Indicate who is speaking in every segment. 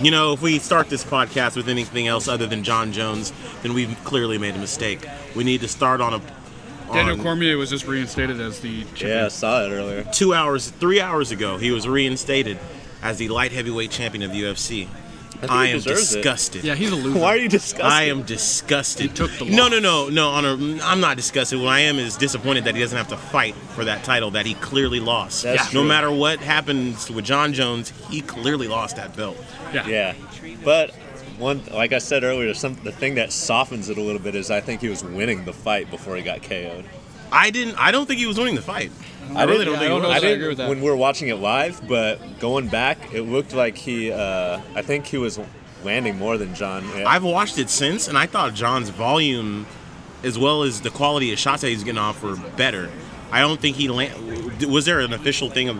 Speaker 1: You know, if we start this podcast with anything else other than John Jones, then we've clearly made a mistake. We need to start on a
Speaker 2: Daniel
Speaker 1: on-
Speaker 2: Cormier was just reinstated as the champion.
Speaker 3: Yeah, I saw it earlier.
Speaker 1: two hours, three hours ago, he was reinstated as the light heavyweight champion of the UFC. I,
Speaker 3: think he
Speaker 1: am
Speaker 3: deserves it.
Speaker 1: disgusted.
Speaker 2: Yeah, he's a loser.
Speaker 3: Why are you discussing?
Speaker 1: I am disgusted.
Speaker 2: He took the
Speaker 1: no,
Speaker 2: loss.
Speaker 1: no, no, no, Honor. I'm not disgusted. What I am is disappointed that he doesn't have to fight for that title that he clearly lost.
Speaker 3: That's
Speaker 1: No
Speaker 3: true.
Speaker 1: matter what happens with John Jones, he clearly lost that belt.
Speaker 2: Yeah.
Speaker 3: Yeah, but one like I said earlier, some the thing that softens it a little bit is I think he was winning the fight before he got KO'd.
Speaker 1: I didn't. I don't think he was winning the fight. I, really don't
Speaker 3: didn't-
Speaker 1: think.
Speaker 2: yeah, I
Speaker 1: he
Speaker 2: don't
Speaker 1: was.
Speaker 2: know that I
Speaker 3: didn't-
Speaker 2: agree with that.
Speaker 3: When we were watching it live, but going back, it looked like he. Uh, I think he was landing more than John. Yeah.
Speaker 1: I've watched it since, and I thought John's volume, as well as the quality of shots that he's getting off, were better. I don't think he land. Was there an official thing of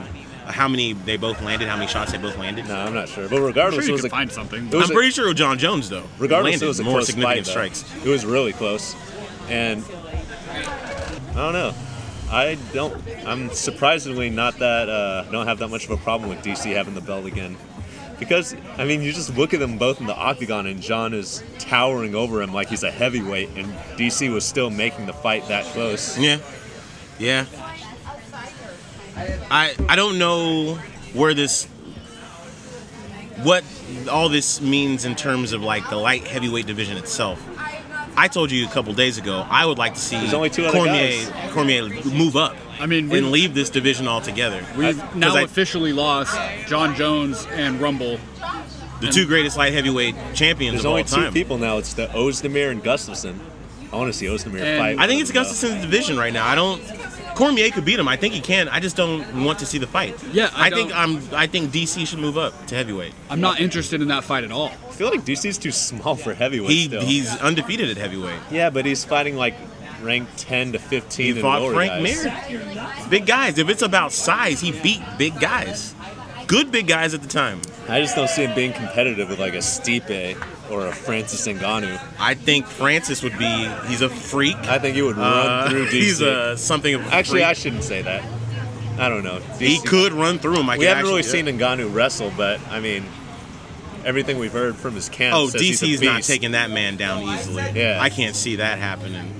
Speaker 1: how many they both landed, how many shots they both landed?
Speaker 3: no, I'm not sure, but
Speaker 2: I'm sure
Speaker 3: regardless,
Speaker 2: you
Speaker 3: it was
Speaker 2: can
Speaker 3: a,
Speaker 2: find something.
Speaker 3: it was
Speaker 1: I'm
Speaker 3: a-
Speaker 1: pretty sure John Jones though.
Speaker 3: regardless,
Speaker 1: landed
Speaker 3: it was a
Speaker 1: more
Speaker 3: close
Speaker 1: significant
Speaker 3: fight, though.
Speaker 1: strikes.
Speaker 3: It was really close, and I don't know. I don't. I'm surprisingly not that. Uh, don't have that much of a problem with DC having the belt again, because I mean, you just look at them both in the octagon, and John is towering over him like he's a heavyweight, and DC was still making the fight that close.
Speaker 1: Yeah, yeah. I I don't know where this, what all this means in terms of like the light heavyweight division itself. I told you a couple days ago I would like to see
Speaker 3: There's only two other
Speaker 1: Cormier
Speaker 3: guys.
Speaker 1: Cormier move up.
Speaker 2: I mean, we-
Speaker 1: and leave this division altogether. Uh,
Speaker 2: We've now
Speaker 1: I-
Speaker 2: officially lost John Jones and Rumble.
Speaker 1: The two greatest light heavyweight champions
Speaker 3: There's
Speaker 1: of
Speaker 3: only
Speaker 1: all time.
Speaker 3: two people now. It's the Ozdemir and Gustafson. I want to see Ozdemir
Speaker 2: And-
Speaker 3: fight.
Speaker 1: I think it's
Speaker 3: with him, though.
Speaker 1: Gustafson's division right now. I don't. Cormier could beat him. I think he can. I just don't want to see the fight.
Speaker 2: Yeah, I
Speaker 1: think
Speaker 2: don't-
Speaker 1: I'm. I think DC should move up to heavyweight.
Speaker 2: I'm not interested in that fight at all.
Speaker 3: I feel like DC's too small for heavyweight.
Speaker 1: He
Speaker 3: still.
Speaker 1: he's undefeated at heavyweight.
Speaker 3: Yeah, but he's fighting like ranked 10 to 15.
Speaker 1: He
Speaker 3: and
Speaker 1: fought
Speaker 3: lower
Speaker 1: Frank
Speaker 3: guys.
Speaker 1: Mir. Big guys. If it's about size, he beat big guys. Good big guys at the time.
Speaker 3: I just don't see him being competitive with like a Stipe or a Francis Ngannou.
Speaker 1: I think Francis would be. He's a freak.
Speaker 3: I think he would run
Speaker 1: Uh,
Speaker 3: through DC.
Speaker 1: he's a something of a
Speaker 3: Actually,
Speaker 1: freak.
Speaker 3: I shouldn't say that. I don't know.
Speaker 1: he
Speaker 3: DC
Speaker 1: could run through him. I
Speaker 3: We
Speaker 1: could
Speaker 3: haven't really
Speaker 1: actually-
Speaker 3: seen Ngannou wrestle, but I mean, everything we've heard from his camp.
Speaker 1: Oh,
Speaker 3: says he's a
Speaker 1: DC's not
Speaker 3: beast.
Speaker 1: taking that man down easily.
Speaker 3: Yeah.
Speaker 1: I can't see that happening.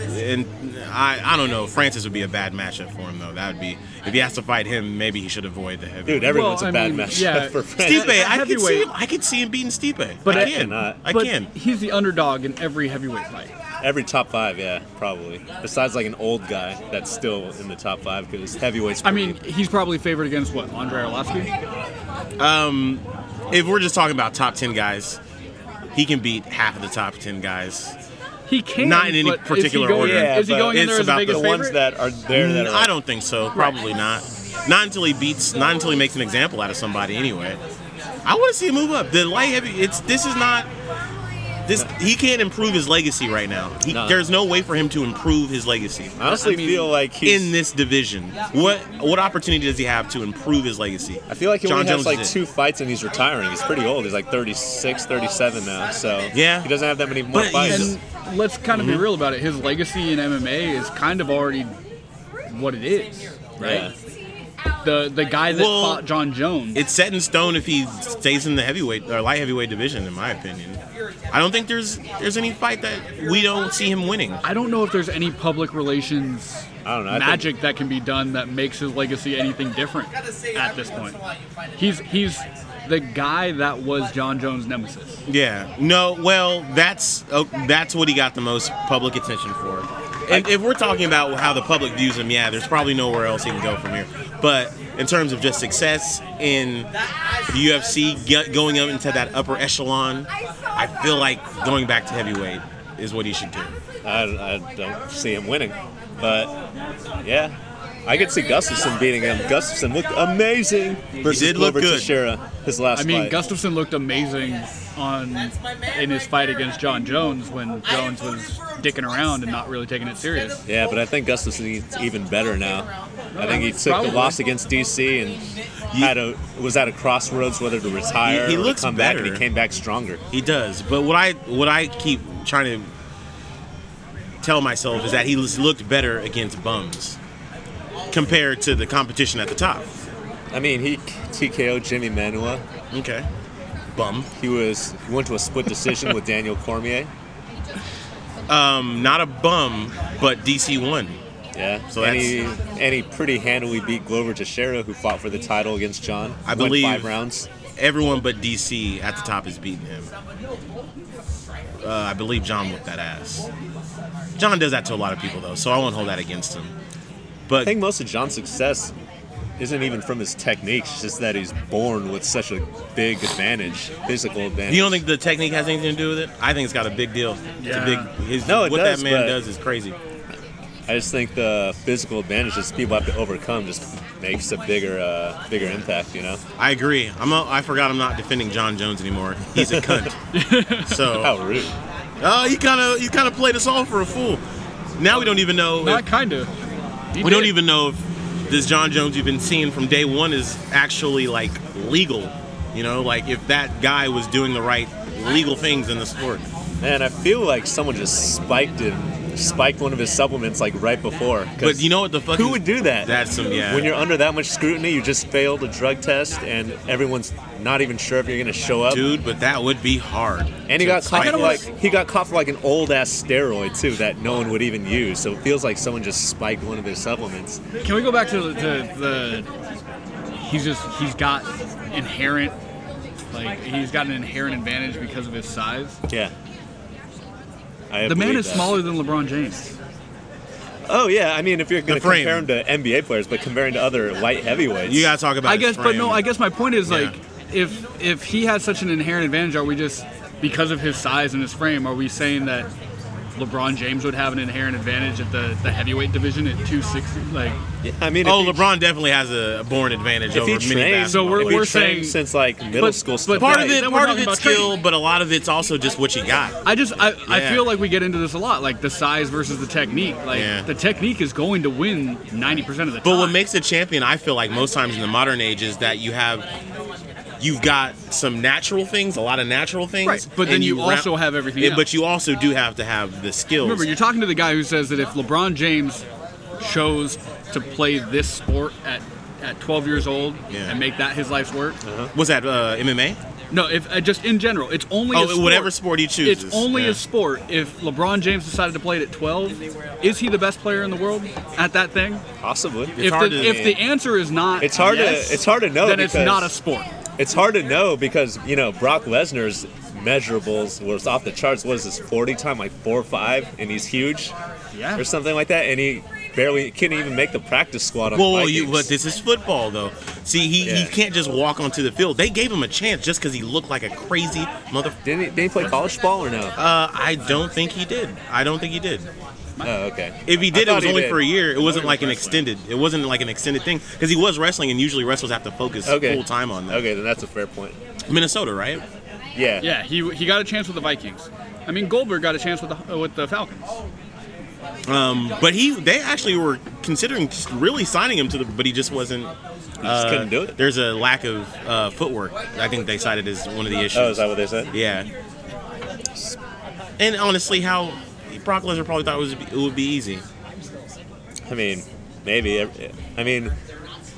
Speaker 1: And I, I don't know. Francis would be a bad matchup for him though. That would be if he has to fight him, maybe he should avoid the heavy.
Speaker 3: Dude, everyone's
Speaker 2: Well,
Speaker 3: a
Speaker 2: I
Speaker 3: bad
Speaker 2: mean,
Speaker 3: matchup
Speaker 2: yeah.
Speaker 3: for Francis.
Speaker 1: Stipe, I could see
Speaker 2: heavyweight.
Speaker 1: him. I could see him beating Stipe.
Speaker 2: But
Speaker 1: I
Speaker 2: I
Speaker 1: can.
Speaker 3: cannot.
Speaker 1: I
Speaker 2: But
Speaker 1: can.
Speaker 2: He's the underdog in every heavyweight fight.
Speaker 3: Every top five, yeah, probably. Besides like an old guy that's still in the top five because heavyweights.
Speaker 2: I mean, he's probably favored against what? Andre Arlovsky?
Speaker 1: If we're just talking about top ten guys, he can beat half of the top ten guys.
Speaker 2: He can.
Speaker 1: Not in any
Speaker 2: but is he
Speaker 1: particular
Speaker 2: going-
Speaker 1: order.
Speaker 3: Yeah,
Speaker 2: is he
Speaker 3: but
Speaker 2: going in
Speaker 1: it's
Speaker 2: there as the
Speaker 1: about the
Speaker 2: biggest
Speaker 3: the ones
Speaker 2: favorite?
Speaker 3: that are there that are.
Speaker 1: I don't think so. Probably not. Not until he beats. Not until he makes an example out of somebody. Anyway, I want to see him move up. The light heavy. It's this is not. This he can't improve his legacy right now. He,
Speaker 3: No.
Speaker 1: There's no way for him to improve his legacy
Speaker 3: I honestly
Speaker 2: I mean,
Speaker 3: feel like he's.
Speaker 1: in this division. What what opportunity does he have to improve his legacy?
Speaker 3: I feel like he
Speaker 1: John
Speaker 3: only
Speaker 1: Jones
Speaker 3: has like
Speaker 1: is it.
Speaker 3: two fights and he's retiring. He's pretty old. He's like 36, 37 now. So
Speaker 1: Yeah.
Speaker 3: he doesn't have that many more
Speaker 1: But he's-
Speaker 3: fights.
Speaker 2: And let's kind of
Speaker 1: Mm-hmm.
Speaker 2: be real about it. His legacy in MMA is kind of already what it is, right? The the guy that
Speaker 1: Well,
Speaker 2: fought John Jones.
Speaker 1: It's set in stone if he stays in the heavyweight or light heavyweight division, in my opinion. I don't think there's there's any fight that we don't see him winning.
Speaker 2: I don't know if there's any public relations
Speaker 3: I don't know, I think-
Speaker 2: magic that can be done that makes his legacy anything different at this point. He's he's the guy that was John Jones' nemesis.
Speaker 1: Yeah. No. Well, that's oh, that's what he got the most public attention for. And if we're talking about how the public views him, yeah, there's probably nowhere else he can go from here. But in terms of just success in the UFC, get, going up into that upper echelon, I feel like going back to heavyweight is what he should do.
Speaker 3: I, I don't see him winning. But yeah, I could see Gustafson beating him. Gustafson looked amazing versus
Speaker 1: did look
Speaker 3: Glover
Speaker 1: good.
Speaker 3: Teixeira his last
Speaker 2: I mean,
Speaker 3: fight.
Speaker 2: Gustafson looked amazing on in his fight against John Jones when Jones was dicking around and not really taking it serious.
Speaker 3: yeah, but I think Gustafson's even better now. I think he took
Speaker 2: Probably.
Speaker 3: the loss against DC and had a was at a crossroads whether to retire
Speaker 1: He- he
Speaker 3: or to
Speaker 1: looks
Speaker 3: come back, and
Speaker 1: better.
Speaker 3: he came back stronger.
Speaker 1: He does. But what I what I keep trying to tell myself is that he was- looked better against bums compared to the competition at the top.
Speaker 3: I mean, he TKO Jimmy Manuel.
Speaker 1: Okay. bum.
Speaker 3: He was he went to a split decision with Daniel Cormier.
Speaker 1: Um, not a bum, but DC won.
Speaker 3: Yeah.
Speaker 1: So
Speaker 3: and he, and he pretty handily beat Glover Teixeira, who fought for the title against John.
Speaker 1: I
Speaker 3: Went
Speaker 1: believe-
Speaker 3: five rounds.
Speaker 1: Everyone but DC at the top is beating him. Uh, I believe John whipped that ass. John does that to a lot of people though, so I won't hold that against him.
Speaker 3: I
Speaker 1: But
Speaker 3: think most of John's success isn't even from his technique; it's just that he's born with such a big advantage, physical advantage.
Speaker 1: you don't think the technique has anything to do with it? I think it's got a big deal.
Speaker 2: Yeah.
Speaker 1: It's a big. His,
Speaker 3: No, it
Speaker 1: what
Speaker 3: does,
Speaker 1: that man
Speaker 3: but-
Speaker 1: does is crazy.
Speaker 3: I just think the physical advantages people have to overcome just makes a bigger, uh, bigger impact. You know?
Speaker 1: I agree. I'm. A, I forgot I'm not defending John Jones anymore. He's a cunt. so
Speaker 3: How rude!
Speaker 1: Uh, he kind of he kind of played us all for a fool. Now we don't even know.
Speaker 2: Not
Speaker 1: if,
Speaker 2: kind of.
Speaker 1: we don't even know if this John Jones you've been seeing from day one is actually like legal. You know, like if that guy was doing the right legal things in the sport.
Speaker 3: Man, I feel like someone just spiked him, spiked one of his supplements like right before. 'cause
Speaker 1: But you know what the fuck?
Speaker 3: who would do that?
Speaker 1: That's some yeah.
Speaker 3: When you're under that much scrutiny, you just failed a drug test, and everyone's not even sure if you're gonna show up.
Speaker 1: dude, but that would be hard.
Speaker 3: And he
Speaker 1: to
Speaker 3: got caught
Speaker 1: fight.
Speaker 3: for like he got caught for like an old ass steroid too that no one would even use. So it feels like someone just spiked one of their supplements.
Speaker 2: Can we go back to the, to the? He's just he's got inherent, like he's got an inherent advantage because of his size.
Speaker 3: Yeah. I
Speaker 2: the man
Speaker 3: believe
Speaker 2: is
Speaker 3: that.
Speaker 2: smaller than LeBron James.
Speaker 3: Oh yeah, I mean if you're gonna
Speaker 1: frame.
Speaker 3: compare him to NBA players, but comparing to other light heavyweights.
Speaker 1: You gotta talk about.
Speaker 2: I
Speaker 1: his
Speaker 2: guess, but no,
Speaker 1: frame.
Speaker 2: I guess my point is
Speaker 1: Yeah.
Speaker 2: like, if if he has such an inherent advantage, are we just because of his size and his frame, are we saying that LeBron James would have an inherent advantage at the, the heavyweight division at 260? Like,
Speaker 3: I mean,
Speaker 1: Oh,
Speaker 3: if he,
Speaker 1: LeBron definitely has a born advantage
Speaker 3: If
Speaker 1: over
Speaker 3: he
Speaker 1: many.
Speaker 3: trains,
Speaker 2: So
Speaker 1: basketball
Speaker 2: we're-
Speaker 3: if he
Speaker 2: we're
Speaker 3: trained
Speaker 2: saying-
Speaker 3: since like middle
Speaker 2: but-
Speaker 3: school.
Speaker 2: but
Speaker 3: stuff,
Speaker 1: part
Speaker 2: Right,
Speaker 1: of it,
Speaker 2: then we're
Speaker 1: part of
Speaker 2: talking
Speaker 1: it's
Speaker 2: about training.
Speaker 1: skill, but a lot of it's also just what you got.
Speaker 2: I just I, I
Speaker 1: Yeah.
Speaker 2: feel like we get into this a lot, like the size versus the technique. Like
Speaker 1: Yeah.
Speaker 2: the technique is going to win 90 percent of the time.
Speaker 1: But what makes a champion, I feel like most times in the modern age, is that you have you've got some natural things, a lot of natural things,
Speaker 2: Right, but then
Speaker 1: and
Speaker 2: you
Speaker 1: ra-
Speaker 2: also have everything
Speaker 1: Yeah,
Speaker 2: else.
Speaker 1: But you also do have to have the skills.
Speaker 2: Remember, you're talking to the guy who says that if LeBron James chose to play this sport at, at 12 years old
Speaker 1: Yeah.
Speaker 2: and make that his life's work,
Speaker 1: was that uh, MMA?
Speaker 2: no, if uh, just in general, it's only
Speaker 1: Oh,
Speaker 2: a sport.
Speaker 1: whatever sport he chooses.
Speaker 2: It's only
Speaker 1: Yeah.
Speaker 2: a sport. If LeBron James decided to play it at 12, is he the best player in the world at that thing?
Speaker 3: possibly.
Speaker 2: if
Speaker 1: hard
Speaker 2: the
Speaker 1: to-
Speaker 2: if the answer is not,
Speaker 3: It's hard to-
Speaker 2: yes,
Speaker 3: it's hard to know
Speaker 2: Then it's
Speaker 3: because-
Speaker 2: not a sport.
Speaker 3: It's hard to know because you know Brock Lesnar's measurables was off the charts. What is this forty time like four or five, and he's huge,
Speaker 2: Yeah.
Speaker 3: or something like that, and he barely couldn't even make the practice squad. On
Speaker 1: Well,
Speaker 3: the
Speaker 1: well, you, but
Speaker 3: Vikings.
Speaker 1: this is football, though. See, he,
Speaker 3: Yeah.
Speaker 1: he can't just walk onto the field. They gave him a chance just because he looked like a crazy mother.
Speaker 3: didn't he, didn't he play college ball or no?
Speaker 1: Uh, I don't think he did. I don't think he did.
Speaker 3: oh, okay.
Speaker 1: If he did,
Speaker 3: I
Speaker 1: it
Speaker 3: thought
Speaker 1: was only
Speaker 3: did.
Speaker 1: for a year. It wasn't like an
Speaker 3: wrestling.
Speaker 1: extended. It wasn't like an extended thing because he was wrestling, and usually wrestlers have to focus
Speaker 3: Okay.
Speaker 1: full time on that.
Speaker 3: Okay, then that's a fair point.
Speaker 1: Minnesota, right?
Speaker 3: Yeah.
Speaker 2: Yeah, he he got a chance with the Vikings. I mean, Goldberg got a chance with the uh, with the Falcons.
Speaker 1: But he, they actually were considering just really signing him to the, but he just wasn't.
Speaker 3: He just couldn't do it.
Speaker 1: There's a lack of uh, footwork. I think they cited as one of the issues.
Speaker 3: Oh, is that what they said?
Speaker 1: yeah. And honestly, how Brock Lesnar probably thought it, was, it would be easy.
Speaker 3: I mean, maybe. ev- I mean,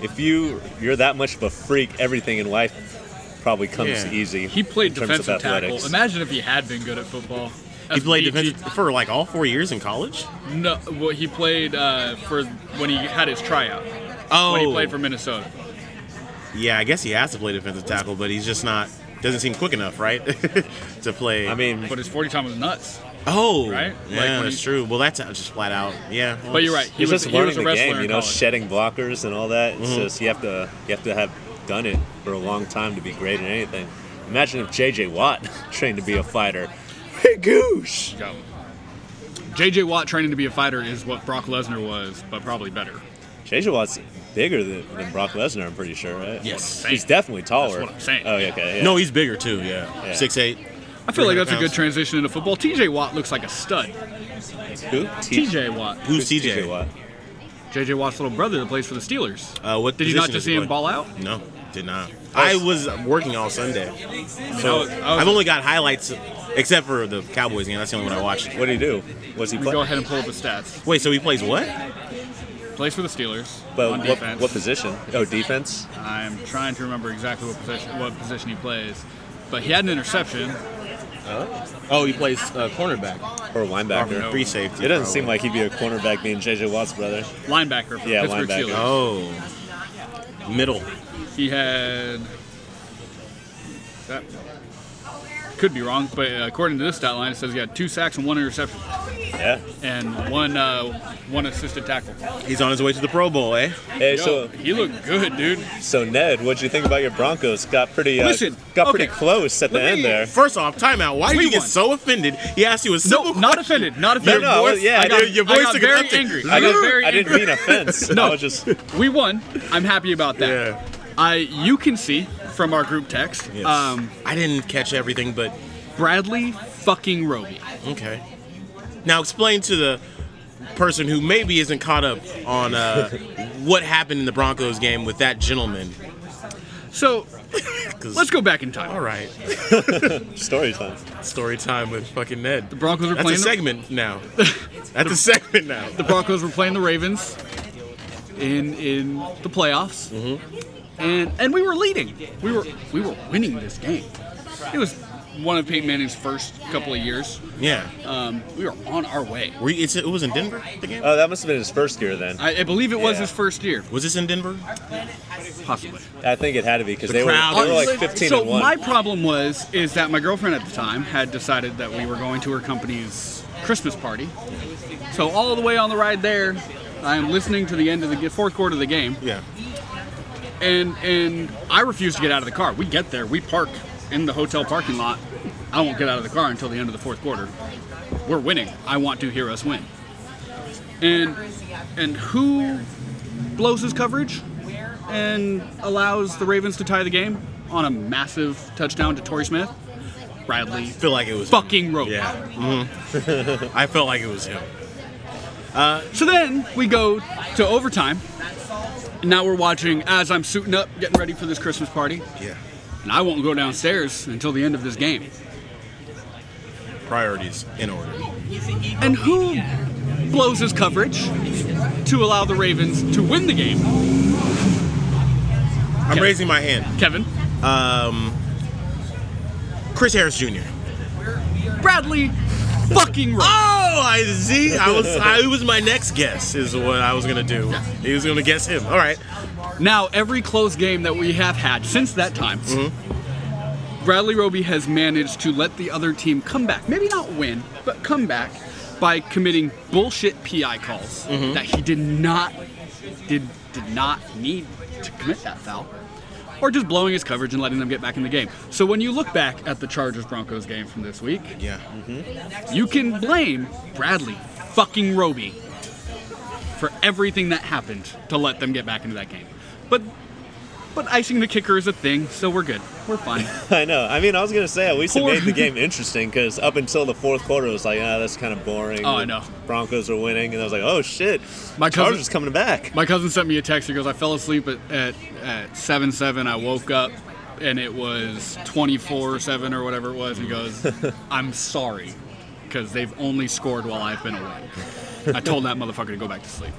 Speaker 3: if you you're that much of a freak, everything in life probably comes
Speaker 1: Yeah.
Speaker 3: easy.
Speaker 2: He played
Speaker 3: in terms of
Speaker 2: defensive tackle.
Speaker 3: athletics.
Speaker 2: Imagine if he had been good at football.
Speaker 1: He
Speaker 2: As
Speaker 1: played
Speaker 2: BG
Speaker 1: defense for like all four years in college.
Speaker 2: No, well, he played uh, for when he had his tryout.
Speaker 1: Oh,
Speaker 2: When he played for Minnesota.
Speaker 1: yeah. I guess he has to play defensive tackle, but he's just not. Doesn't seem quick enough, right? to play.
Speaker 3: I mean,
Speaker 2: But his 40 time was nuts.
Speaker 1: oh,
Speaker 2: Right? Like,
Speaker 1: Yeah,
Speaker 2: when
Speaker 1: that's
Speaker 2: he-
Speaker 1: true. Well, that's just flat out. Yeah. well,
Speaker 2: But you're right. He
Speaker 3: He's
Speaker 2: was,
Speaker 3: just
Speaker 2: he was
Speaker 3: learning
Speaker 2: a
Speaker 3: the
Speaker 2: wrestler
Speaker 3: game,
Speaker 2: in
Speaker 3: you know,
Speaker 2: college. Mm-hmm.
Speaker 3: shedding blockers and all that. It's just you have to you have to have done it for a long time to be great at anything. Imagine if JJ Watt trained to be a fighter. Hey Goosh!
Speaker 2: Go. JJ Watt training to be a fighter is what Brock Lesnar was, but probably better.
Speaker 3: JJ Watt's bigger than, than Brock Lesnar, I'm pretty sure, right?
Speaker 1: Yes.
Speaker 3: He's definitely
Speaker 2: That's
Speaker 3: taller.
Speaker 2: what I'm saying.
Speaker 3: Oh, yeah, okay. yeah.
Speaker 1: No, he's bigger too. Yeah,
Speaker 3: Yeah.
Speaker 1: six eight.
Speaker 2: I feel like that's a
Speaker 1: 300
Speaker 2: good
Speaker 1: pounds.
Speaker 2: transition into football. TJ Watt looks like a stud.
Speaker 3: Who? T-
Speaker 2: TJ Watt.
Speaker 1: Who's TJ?
Speaker 3: Watt.
Speaker 2: JJ Watt's little brother that plays for the Steelers.
Speaker 1: Uh, what
Speaker 2: Did you
Speaker 1: position
Speaker 2: not
Speaker 1: does
Speaker 2: just
Speaker 1: he
Speaker 2: see him
Speaker 1: play?
Speaker 2: ball out? Oh,
Speaker 1: No, did not. I was working all Sunday,
Speaker 2: I
Speaker 1: so
Speaker 2: was- I was-
Speaker 1: I've only got highlights except for the Cowboys game. That's the only one I watched.
Speaker 3: What did he do? Was he
Speaker 2: Go
Speaker 3: playing?
Speaker 2: ahead and pull up his stats.
Speaker 1: Wait, so he plays what?
Speaker 2: Plays for the Steelers on
Speaker 3: But what,
Speaker 2: defense.
Speaker 3: what position? Oh, defense?
Speaker 2: I'm trying to remember exactly what position what position he plays. but he had an interception.
Speaker 1: Oh, he plays uh, cornerback.
Speaker 3: or linebacker.
Speaker 1: Or free safety.
Speaker 3: It doesn't
Speaker 1: probably.
Speaker 3: seem like he'd be a cornerback being JJ Watt's brother.
Speaker 2: Linebacker for
Speaker 3: Yeah,
Speaker 2: Pittsburgh
Speaker 3: linebacker.
Speaker 2: Steelers.
Speaker 1: Oh. Middle.
Speaker 2: He had that could be wrong, but according to this stat line, it says he had two sacks and one interception
Speaker 3: Yeah.
Speaker 2: and one uh, one assisted tackle.
Speaker 1: He's on his way to the Pro Bowl, eh?
Speaker 3: Hey,
Speaker 2: Yo,
Speaker 3: so
Speaker 2: he looked good, dude.
Speaker 3: so Ned, what'd you think about your Broncos? Got pretty uh,
Speaker 2: Listen,
Speaker 3: got pretty
Speaker 2: okay.
Speaker 3: close at the
Speaker 2: Let
Speaker 3: end
Speaker 2: me-
Speaker 3: there.
Speaker 1: First off, timeout. Why do
Speaker 2: We
Speaker 1: you get
Speaker 2: won.
Speaker 1: so offended? He asked you a
Speaker 2: No,
Speaker 1: simple
Speaker 2: not offended, not
Speaker 1: Your
Speaker 2: offended.
Speaker 3: No, no, I
Speaker 1: voice,
Speaker 3: was- yeah, I
Speaker 1: I
Speaker 3: did-
Speaker 1: your
Speaker 2: I
Speaker 1: voice
Speaker 2: got
Speaker 1: took
Speaker 2: very
Speaker 1: nothing.
Speaker 2: angry.
Speaker 3: I
Speaker 2: got
Speaker 3: didn't,
Speaker 2: very
Speaker 3: I didn't
Speaker 2: angry.
Speaker 3: mean offense. I
Speaker 2: No,
Speaker 3: was just
Speaker 2: we won. I'm happy about that.
Speaker 1: Yeah.
Speaker 2: I you can see from our group text,
Speaker 1: Yes.
Speaker 2: um,
Speaker 1: I didn't catch everything, but
Speaker 2: Bradley fucking Roby.
Speaker 1: okay. Now explain to the person who maybe isn't caught up on uh, what happened in the Broncos game with that gentleman.
Speaker 2: So
Speaker 1: 'Cause-
Speaker 2: let's go back in time.
Speaker 1: All right,
Speaker 3: story time.
Speaker 1: story time with fucking Ned.
Speaker 2: The Broncos are
Speaker 1: That's a
Speaker 2: playing. the-
Speaker 1: segment now. That's a segment now.
Speaker 2: the Broncos were playing the Ravens in in the playoffs,
Speaker 3: Mm-hmm.
Speaker 2: and and we were leading. We were we were winning this game. It was one of Peyton Manning's first couple of years.
Speaker 1: Yeah,
Speaker 2: Um, we were on our way.
Speaker 1: Were you, it's, it was in Denver. The game
Speaker 3: Oh, that must have been his first year then.
Speaker 2: I, I believe it was
Speaker 3: Yeah.
Speaker 2: his first year,
Speaker 1: was this in Denver?
Speaker 2: possibly.
Speaker 3: I think it had to be because
Speaker 1: The
Speaker 3: they were,
Speaker 1: crowd
Speaker 3: they were like
Speaker 1: is-
Speaker 3: 15
Speaker 2: so
Speaker 3: and one.
Speaker 2: my problem was is that my girlfriend at the time had decided that we were going to her company's Christmas party. So all the way on the ride there, I am listening to the end of the fourth quarter of the game.
Speaker 1: Yeah.
Speaker 2: and and I refuse to get out of the car. We get there, we park in the hotel parking lot. I won't get out of the car until the end of the fourth quarter. We're winning. I want to hear us win. And and who blows his coverage and allows the Ravens to tie the game on a massive touchdown to Torrey Smith? Bradley
Speaker 1: I feel like it was him.
Speaker 2: fucking Roby.
Speaker 1: Yeah. Mhm. I felt like it was him.
Speaker 2: So then we go to overtime. And now we're watching as I'm suiting up, getting ready for this Christmas party.
Speaker 1: Yeah.
Speaker 2: And I won't go downstairs until the end of this game.
Speaker 1: Priorities in order.
Speaker 2: And who blows his coverage to allow the Ravens to win the game?
Speaker 1: I'm
Speaker 2: Okay.
Speaker 1: raising my hand.
Speaker 2: Kevin.
Speaker 1: Chris Harris Jr.
Speaker 2: Bradley fucking Roby.
Speaker 1: Oh, I see. I was. I, it was my next guess. Is what I was gonna do. He was gonna guess him. All right.
Speaker 2: Now, every close game that we have had since that time, Bradley Roby has managed to let the other team come back. Maybe not win, but come back by committing bullshit PI calls that he did not did did not need to commit that foul. Or just blowing his coverage and letting them get back in the game. So when you look back at the Chargers Broncos game from this week,
Speaker 1: Yeah.
Speaker 2: you can blame Bradley fucking Roby for everything that happened to let them get back into that game. But but icing the kicker is a thing, so we're good. We're fine.
Speaker 3: I know. I mean, I was gonna say at least it
Speaker 2: Poor-
Speaker 3: made the game interesting because up until the fourth quarter, it was like, ah, that's kind of boring.
Speaker 2: Oh, I know.
Speaker 3: Broncos are winning, and I was like, oh shit,
Speaker 2: My cousin-
Speaker 3: Chargers coming back.
Speaker 2: My cousin sent me a text. He goes, "I fell asleep at at, at seven seven. I woke up." And it was 24 7 or whatever it was. He goes, I'm sorry, because they've only scored while I've been away. I told that motherfucker to go back to sleep.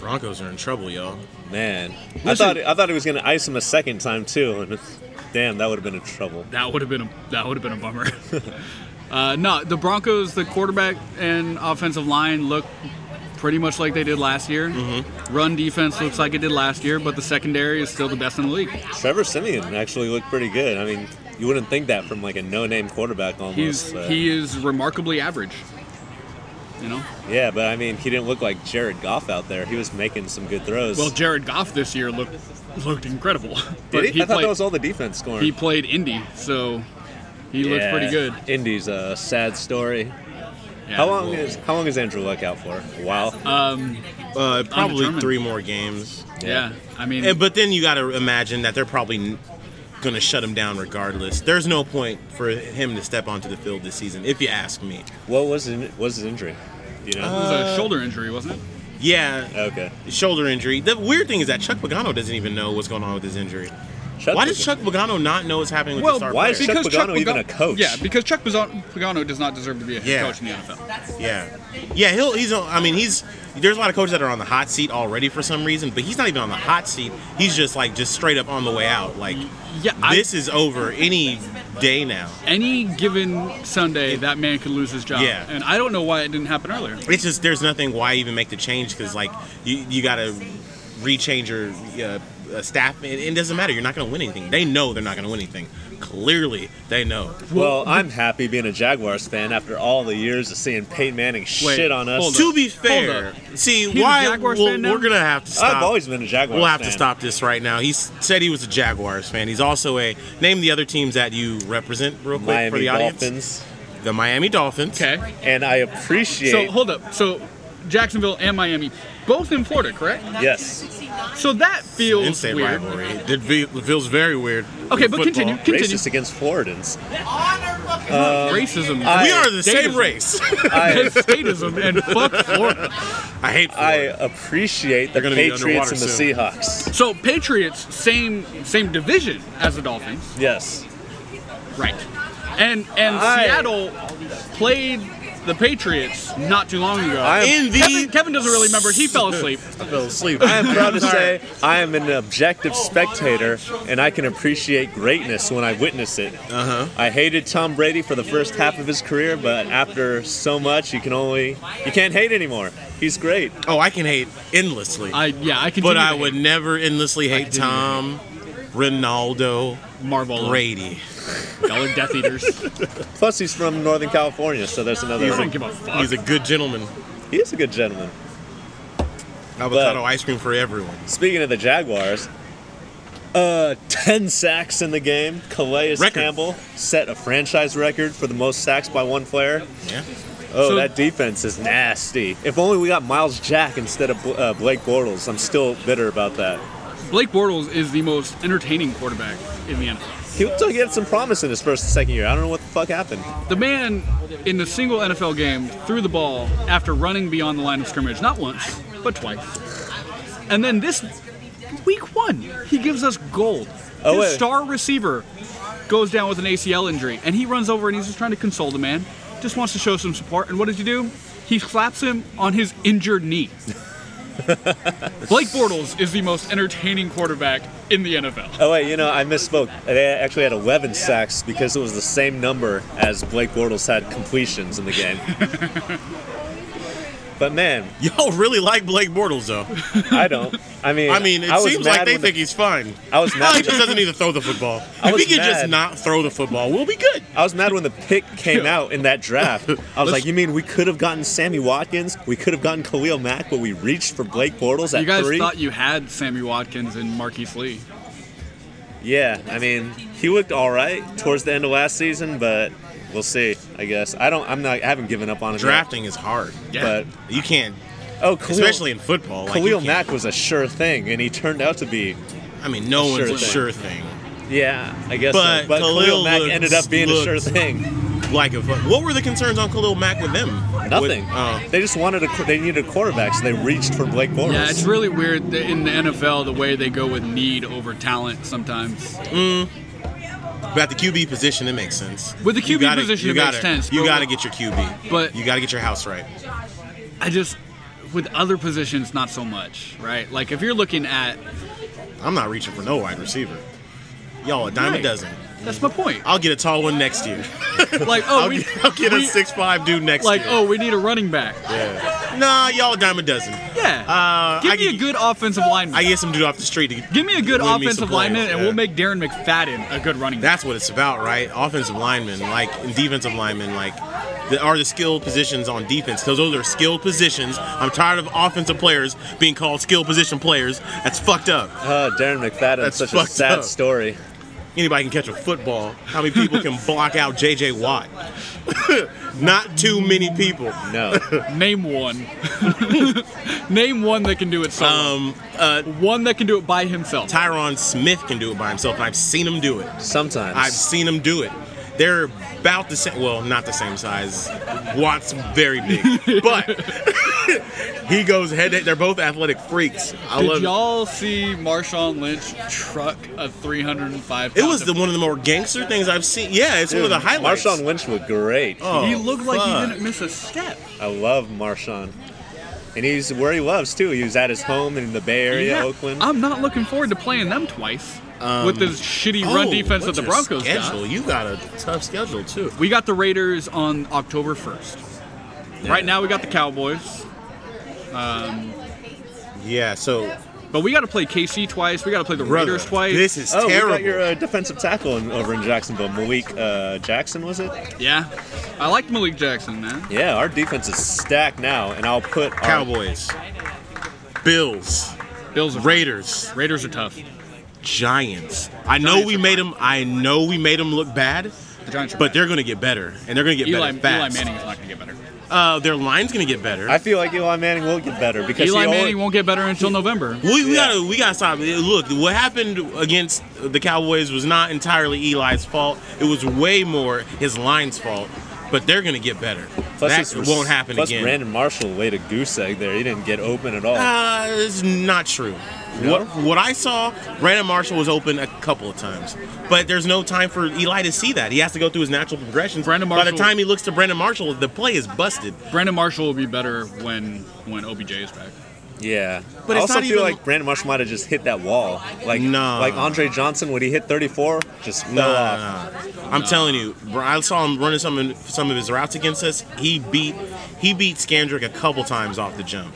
Speaker 1: Broncos are in trouble, y'all.
Speaker 3: Man, I
Speaker 2: Listen-
Speaker 3: thought I thought he was gonna ice him a second time too, and damn, that would have been a trouble.
Speaker 2: That would have been a that would have been a bummer. uh, no, the Broncos, the quarterback and offensive line look pretty much like they did last year.
Speaker 3: Mm-hmm.
Speaker 2: Run defense looks like it did last year, but the secondary is still the best in the league.
Speaker 3: Trevor Simeon actually looked pretty good. I mean, you wouldn't think that from like a no-name quarterback almost.
Speaker 2: He's
Speaker 3: but-
Speaker 2: he is remarkably average. You know,
Speaker 3: yeah, but I mean, he didn't look like Jared Goff out there. He was making some good throws.
Speaker 2: well, Jared Goff this year looked looked incredible,
Speaker 3: Did
Speaker 2: but
Speaker 3: he?
Speaker 2: he
Speaker 3: I thought
Speaker 2: played
Speaker 3: that was all the defense scoring.
Speaker 2: he played Indy, so he looked
Speaker 3: Yeah.
Speaker 2: pretty good.
Speaker 3: Indy's a sad story.
Speaker 2: Yeah.
Speaker 3: How long is how long is Andrew Luck out for? Wow.
Speaker 1: Uh, probably
Speaker 2: Undetermined.
Speaker 1: three more games.
Speaker 2: Yeah, I mean,
Speaker 1: And, but then you got to imagine that they're probably n- going to shut him down regardless. There's no point for him to step onto the field this season, if you ask me.
Speaker 3: what was in, was his injury? You know.
Speaker 1: Uh,
Speaker 2: it was a shoulder injury, wasn't it?
Speaker 1: Yeah,
Speaker 3: okay.
Speaker 1: shoulder injury. The weird thing is that Chuck Pagano doesn't even know what's going on with his injury.
Speaker 3: Chuck
Speaker 1: Why does
Speaker 3: Pagano-
Speaker 1: Chuck Pagano not know what's happening with
Speaker 2: Well,
Speaker 1: the star
Speaker 3: why is
Speaker 1: player?
Speaker 3: Chuck Pagano even a coach?
Speaker 2: Yeah, because Chuck Pagano, Pagano does not deserve to be a head
Speaker 1: Yeah.
Speaker 2: coach in the NFL.
Speaker 1: yeah, yeah. He'll he's. on- I mean, he's. There's a lot of coaches that are on the hot seat already for some reason, but he's not even on the hot seat. He's just like just straight up on the way out. Like
Speaker 2: Yeah, I,
Speaker 1: this is over any day now.
Speaker 2: any given Sunday, that man could lose his job.
Speaker 1: Yeah.
Speaker 2: And I don't know why it didn't happen earlier.
Speaker 1: It's just there's nothing why even make the change because like you you gotta rechange your uh, uh, staff. It, it doesn't matter. You're not gonna win anything. They know they're not gonna win anything. Clearly, they know.
Speaker 3: Well, I'm happy being a Jaguars fan after all the years of seeing Peyton Manning shit on us.
Speaker 2: hold
Speaker 1: To be
Speaker 2: Hold
Speaker 1: fair, see
Speaker 2: a
Speaker 1: why
Speaker 2: Jaguars
Speaker 1: well,
Speaker 2: fan now?
Speaker 1: we're gonna have to stop.
Speaker 3: I've always been a Jaguars.
Speaker 1: We'll have
Speaker 3: fan.
Speaker 1: to stop this right now. He s- said he was a Jaguars fan. He's also a name the other teams that you represent real quick
Speaker 3: Miami
Speaker 1: for the audience.
Speaker 3: Dolphins,
Speaker 1: The Miami Dolphins.
Speaker 2: Okay.
Speaker 3: and I appreciate.
Speaker 2: So hold up. So Jacksonville and Miami, both in Florida, correct?
Speaker 3: yes,
Speaker 2: So that feels
Speaker 1: Insane
Speaker 2: weird.
Speaker 1: rivalry. It fe- feels very weird.
Speaker 2: Okay,
Speaker 1: with
Speaker 2: but
Speaker 1: football.
Speaker 2: continue. Continue.
Speaker 3: racist against Floridans.
Speaker 2: Racism.
Speaker 1: Um, We
Speaker 3: I-
Speaker 1: are the same
Speaker 2: Statism.
Speaker 1: race.
Speaker 3: I,
Speaker 2: statism and fuck Florida.
Speaker 1: I hate.
Speaker 3: I
Speaker 1: Florida.
Speaker 3: appreciate the
Speaker 1: They're gonna be
Speaker 3: Patriots
Speaker 1: underwater
Speaker 3: and the
Speaker 1: soon.
Speaker 3: Seahawks.
Speaker 2: So Patriots, same same division as the Dolphins,
Speaker 3: Yes,
Speaker 2: right? And and
Speaker 3: I-
Speaker 2: Seattle played the Patriots not too long ago.
Speaker 3: I am-
Speaker 1: in the
Speaker 2: Kevin, Kevin doesn't really remember. He fell asleep.
Speaker 1: I fell asleep.
Speaker 3: I am proud to say I am an objective spectator, and I can appreciate greatness when I witness it.
Speaker 1: Uh-huh.
Speaker 3: Uh huh. I hated Tom Brady for the first half of his career, but after so much, you can only you can't hate anymore. He's great.
Speaker 1: Oh, I can hate endlessly,
Speaker 2: I yeah, I can.
Speaker 1: but I would never endlessly hate Tom, Ronaldo,
Speaker 2: Marvel
Speaker 1: Brady.
Speaker 2: Y'all are Death Eaters.
Speaker 3: Plus, he's from Northern California, so there's another.
Speaker 2: I don't give a fuck.
Speaker 1: He's a good gentleman.
Speaker 3: He is a good gentleman.
Speaker 1: Avocado ice cream for everyone.
Speaker 3: Speaking of the Jaguars, uh, 10 sacks in the game. Calais
Speaker 1: Record.
Speaker 3: Campbell set a franchise record for the most sacks by one player.
Speaker 1: Yeah.
Speaker 3: Oh,
Speaker 2: So-
Speaker 3: that defense is nasty. If only we got Miles Jack instead of uh, Blake Bortles. I'm still bitter about that.
Speaker 2: Blake Bortles is the most entertaining quarterback in the NFL.
Speaker 3: He looked like he had some promise in his first and second year. I don't know what the fuck happened.
Speaker 2: The man in the single NFL game threw the ball after running beyond the line of scrimmage not once, but twice. And then this week one, he gives us gold.
Speaker 3: Oh,
Speaker 2: His
Speaker 3: wait.
Speaker 2: star receiver goes down with an ACL injury, and he runs over and he's just trying to console the man, just wants to show some support. And what does he do? He slaps him on his injured knee. Blake Bortles is the most entertaining quarterback in the NFL.
Speaker 3: Oh, wait, you know, I misspoke. They actually had 11 sacks because it was the same number as Blake Bortles had completions in the game. but man,
Speaker 1: Y'all really like Blake Bortles, though.
Speaker 3: I don't. I mean,
Speaker 1: I mean, it
Speaker 3: was
Speaker 1: seems like
Speaker 3: mad
Speaker 1: they
Speaker 3: when the-
Speaker 1: think he's fine.
Speaker 3: I was mad-
Speaker 1: He just doesn't need to throw the football. if
Speaker 3: I
Speaker 1: he
Speaker 3: was
Speaker 1: could just
Speaker 3: mad.
Speaker 1: not throw the football, we'll be good.
Speaker 3: I was mad when the pick came out in that draft. I was like, you mean we could have gotten Sammy Watkins? We could have gotten Khalil Mack, but we reached for Blake Bortles at
Speaker 2: You guys
Speaker 3: three?
Speaker 2: thought you had Sammy Watkins and Marquise Lee.
Speaker 3: yeah, I mean, he looked all right towards the end of last season, but we'll see, I guess. I don't, I'm not, I haven't given up on him.
Speaker 1: Drafting is hard.
Speaker 3: Yet, but,
Speaker 1: You can't,
Speaker 3: oh, Khalil,
Speaker 1: especially in football. Like, you
Speaker 3: Khalil
Speaker 1: can't-
Speaker 3: Mack was a sure thing, and he turned out to be,
Speaker 1: I mean, no
Speaker 3: Sure
Speaker 1: one's a
Speaker 3: thing.
Speaker 1: sure thing.
Speaker 3: yeah, I guess.
Speaker 1: But
Speaker 3: so. but Khalil,
Speaker 1: Khalil
Speaker 3: Mack
Speaker 1: looks-
Speaker 3: ended up being a sure
Speaker 1: looks-
Speaker 3: thing.
Speaker 1: Like, if, what were the concerns on Khalil Mack with them?
Speaker 3: Nothing.
Speaker 1: With, uh,
Speaker 3: they just wanted a, qu- they needed a quarterback, so they reached for Blake Bortles.
Speaker 2: Yeah, it's really weird that in the NFL the way they go with need over talent sometimes.
Speaker 1: but at the QB position, it makes sense.
Speaker 2: With the
Speaker 1: You
Speaker 2: QB
Speaker 1: gotta-
Speaker 2: position,
Speaker 1: you
Speaker 2: it makes
Speaker 1: gotta-
Speaker 2: sense,
Speaker 1: You
Speaker 2: but-
Speaker 1: got to get your QB.
Speaker 2: but-
Speaker 1: you got to get your house right.
Speaker 2: I just with other positions not so much, right? Like if you're looking at
Speaker 1: I'm not reaching for no wide receiver. Y'all, a dime a
Speaker 2: Right.
Speaker 1: dozen.
Speaker 2: that's my point.
Speaker 1: I'll get a tall one next year.
Speaker 2: Like oh
Speaker 1: I'll,
Speaker 2: we,
Speaker 1: get, I'll get a
Speaker 2: we-
Speaker 1: six five dude next
Speaker 2: like
Speaker 1: year.
Speaker 2: oh we need a running back.
Speaker 1: Yeah. Nah, y'all a dime a dozen.
Speaker 2: Yeah.
Speaker 1: Uh,
Speaker 2: Give
Speaker 1: I
Speaker 2: me
Speaker 1: could-
Speaker 2: a good offensive lineman.
Speaker 1: I get some dude off the street. To
Speaker 2: Give me a good
Speaker 1: win me
Speaker 2: offensive
Speaker 1: some plays,
Speaker 2: lineman and
Speaker 1: yeah.
Speaker 2: we'll make Darren McFadden a good running back.
Speaker 1: That's what it's about, right? Offensive linemen, like and defensive linemen, like the, are the skill positions on defense because those are skill positions. I'm tired of offensive players being called skill position players. That's fucked up.
Speaker 3: Oh, Darren McFadden,
Speaker 1: That's
Speaker 3: such a
Speaker 1: fucked
Speaker 3: sad
Speaker 1: up.
Speaker 3: story.
Speaker 1: Anybody can catch a football. How many people can block out J.J. Watt? Not too many people.
Speaker 3: No.
Speaker 2: Name one. Name one that can do it solo.
Speaker 1: Um, uh,
Speaker 2: one that can do it by himself.
Speaker 1: Tyron Smith can do it by himself, and I've seen him do it.
Speaker 3: Sometimes.
Speaker 1: I've seen him do it. They're about the same. Well, not the same size. Watt's very big, but he goes head. to- They're both athletic freaks. I
Speaker 2: Did
Speaker 1: love. it.
Speaker 2: y'all see Marshawn Lynch truck a 305?
Speaker 1: It was the one of the more gangster things I've seen. Yeah, it's one of the highlights.
Speaker 3: Marshawn Lynch looked great.
Speaker 1: Oh,
Speaker 2: he looked like
Speaker 1: fuck.
Speaker 2: he didn't miss a step.
Speaker 3: I love Marshawn. And he's where he loves too. He was at his home in the Bay Area,
Speaker 2: Yeah,
Speaker 3: Oakland.
Speaker 2: I'm not looking forward to playing them twice with this shitty run
Speaker 1: Oh,
Speaker 2: defense that
Speaker 1: what's
Speaker 2: the
Speaker 1: your
Speaker 2: Broncos
Speaker 1: schedule?
Speaker 2: got.
Speaker 1: You got a tough schedule too.
Speaker 2: We got the Raiders on October 1st. Right now we got the Cowboys,
Speaker 1: Yeah. So
Speaker 2: but we got to play KC twice. We got to play the
Speaker 1: brother,
Speaker 2: Raiders twice.
Speaker 1: This is
Speaker 3: oh,
Speaker 1: terrible.
Speaker 3: we got your uh, defensive tackle in, over in Jacksonville, Malik uh, Jackson, was it?
Speaker 2: yeah, I like Malik Jackson, man.
Speaker 3: Yeah, our defense is stacked now, and I'll put our-
Speaker 1: Cowboys, Bills,
Speaker 2: Bills are
Speaker 1: Raiders,
Speaker 2: Raiders are tough.
Speaker 1: Giants. I know
Speaker 2: Giants
Speaker 1: we
Speaker 2: are
Speaker 1: made them. I know we made them look bad,
Speaker 2: The Giants are
Speaker 1: but
Speaker 2: bad.
Speaker 1: they're going to get better, and they're going to get
Speaker 2: Eli,
Speaker 1: better
Speaker 2: Eli
Speaker 1: fast.
Speaker 2: Manning is not going to get better.
Speaker 1: Uh, their line's going to get better.
Speaker 3: I feel like Eli Manning will get better because
Speaker 2: Eli
Speaker 3: he only-
Speaker 2: Manning won't get better until November.
Speaker 1: we, we
Speaker 3: Yeah.
Speaker 1: gotta we gotta stop. it. Look, what happened against the Cowboys was not entirely Eli's fault. It was way more his line's fault. But they're gonna get better.
Speaker 3: his
Speaker 1: that
Speaker 3: rec-
Speaker 1: won't happen
Speaker 3: plus
Speaker 1: again.
Speaker 3: Brandon Marshall laid a goose egg there. He didn't get open at all.
Speaker 1: Uh, it's not true.
Speaker 3: No?
Speaker 1: What what I saw, Brandon Marshall was open a couple of times, but there's no time for Eli to see that. He has to go through his natural progressions.
Speaker 2: Brandon
Speaker 1: By
Speaker 2: Marshall-
Speaker 1: the time he looks to Brandon Marshall, the play is busted.
Speaker 2: Brandon Marshall will be better when when OBJ is back.
Speaker 3: yeah,
Speaker 1: But
Speaker 3: I
Speaker 1: it's
Speaker 3: also
Speaker 1: not
Speaker 3: feel
Speaker 1: even-
Speaker 3: like Brandon Marshall might have just hit that wall. Like
Speaker 1: Nah.
Speaker 3: like Andre Johnson when he hit 34, just fell
Speaker 1: No,
Speaker 3: off.
Speaker 1: I'm telling you, bro, I saw him running some of- some of his routes against us. He beat he beat Skandrick a couple times off the jump.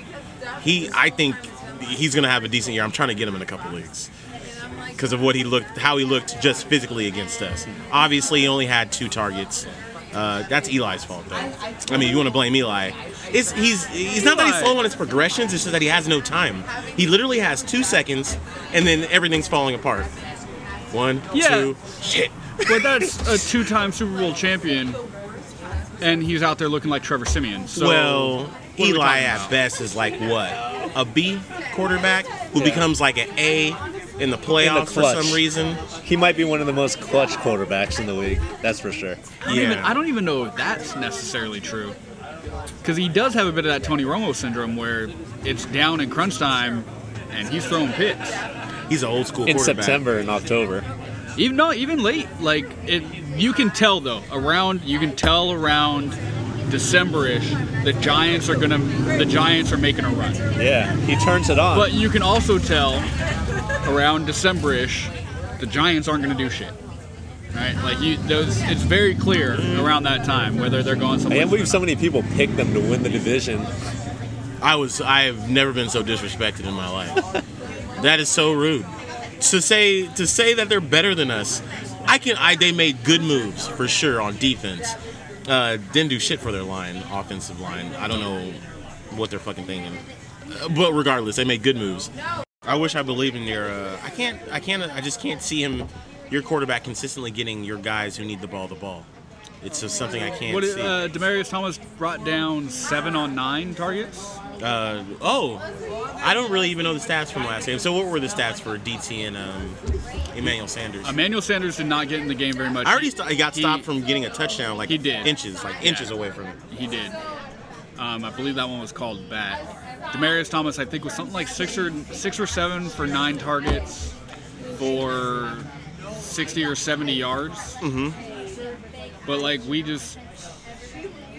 Speaker 1: He, I think, he's gonna have a decent year. I'm trying to get him in a couple leagues because of what he looked, how he looked just physically against us. Obviously, he only had two targets. Uh, that's Eli's fault, though. I mean, you want to blame Eli? It's he's he's not that he's
Speaker 2: Eli.
Speaker 1: slow on his progressions. It's just that he has no time. He literally has two seconds, and then everything's falling apart. One,
Speaker 2: Yeah.
Speaker 1: two, shit.
Speaker 2: But that's a two-time Super Bowl champion, and he's out there looking like Trevor Simeon. So
Speaker 1: well,
Speaker 2: what are we
Speaker 1: Eli
Speaker 2: talking
Speaker 1: at
Speaker 2: about?
Speaker 1: best is like what a B quarterback who becomes like an A in the playoffs for
Speaker 3: clutch.
Speaker 1: some reason.
Speaker 3: He might be one of the most clutch quarterbacks in the league. That's for sure.
Speaker 2: I don't, even, I don't even know if that's necessarily true, because he does have a bit of that Tony Romo syndrome where it's down in crunch time, and he's throwing picks.
Speaker 1: he's an old school
Speaker 3: In
Speaker 1: quarterback.
Speaker 3: September and October.
Speaker 2: Even no, even late. Like it, you can tell though. Around you can tell around December-ish, the Giants are gonna the Giants are making a run.
Speaker 3: Yeah, he turns it on.
Speaker 2: But you can also tell around December-ish, the Giants aren't going to do shit. Right? Like you, those. It's very clear around that time whether they're going
Speaker 3: I
Speaker 2: somewhere.
Speaker 3: can't believe so many people picked them to win the division.
Speaker 1: I was I have never been so disrespected in my life. that is so rude. To say to say that they're better than us, I can I they made good moves for sure on defense. Uh, didn't do shit for their line, offensive line. I don't know what they're fucking thinking. Uh, But regardless, they made good moves. I wish I believed in your. Uh, I can't. I can't. I just can't see him. Your quarterback consistently getting your guys who need the ball the ball. It's just something I can't
Speaker 2: What
Speaker 1: see.
Speaker 2: uh, Demarius Thomas brought down seven on nine targets.
Speaker 1: Uh, oh, I don't really even know the stats from last game. So what were the stats for DT and um, Emmanuel Sanders?
Speaker 2: Emmanuel Sanders did not get in the game very much.
Speaker 1: I already st- I got
Speaker 2: He-
Speaker 1: stopped from getting a touchdown like
Speaker 2: He did.
Speaker 1: inches, like inches away from it.
Speaker 2: He did. Um, I believe that one was called back. Demarius Thomas, I think, was something like six or six or seven for nine targets for sixty or seventy yards. Mm-hmm. But like we just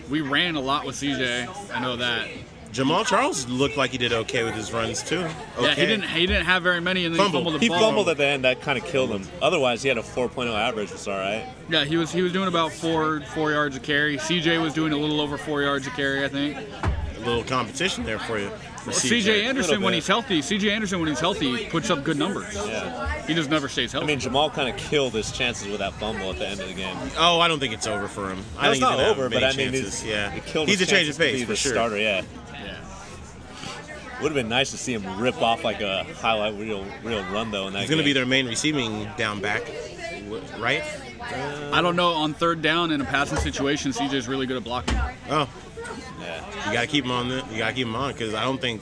Speaker 2: we ran a lot with CJ. I know that.
Speaker 1: Jamal Charles looked like he did okay with his runs too. Okay.
Speaker 2: Yeah, he didn't he didn't have very many, and then
Speaker 1: Fumble.
Speaker 2: he fumbled the
Speaker 3: He
Speaker 2: ball.
Speaker 3: fumbled at the end. That kind of killed him. Otherwise, he had a 4.0 average. It's all right.
Speaker 2: Yeah, he was he was doing about four four yards a carry. CJ was doing a little over four yards a carry, I think.
Speaker 1: A little competition there for you. for
Speaker 2: CJ Anderson
Speaker 3: Little
Speaker 2: when
Speaker 3: bit.
Speaker 2: he's healthy, CJ Anderson when he's healthy puts up good numbers.
Speaker 3: Yeah.
Speaker 2: He just never stays healthy.
Speaker 3: I mean, Jamal kind of killed his chances with that fumble at the end of the game.
Speaker 1: Oh, I don't think it's over for him. I think
Speaker 3: No, it's
Speaker 1: he's
Speaker 3: not
Speaker 1: gonna have
Speaker 3: over, but
Speaker 1: many
Speaker 3: I mean,
Speaker 1: chances.
Speaker 3: it's,
Speaker 1: yeah,
Speaker 3: it killed
Speaker 1: he's a
Speaker 3: his
Speaker 1: change of
Speaker 3: chances to
Speaker 1: pace
Speaker 3: be
Speaker 1: for
Speaker 3: the
Speaker 1: sure.
Speaker 3: starter. Yeah,
Speaker 2: yeah.
Speaker 3: would have been nice to see him rip off like a highlight reel, real run though. In that
Speaker 1: He's gonna
Speaker 3: game.
Speaker 1: be their main receiving down back, w- right?
Speaker 2: I don't know. On third down in a passing situation, CJ's really good at blocking.
Speaker 1: Oh,
Speaker 3: Yeah.
Speaker 1: You gotta keep him on. The, you gotta keep him on because I don't think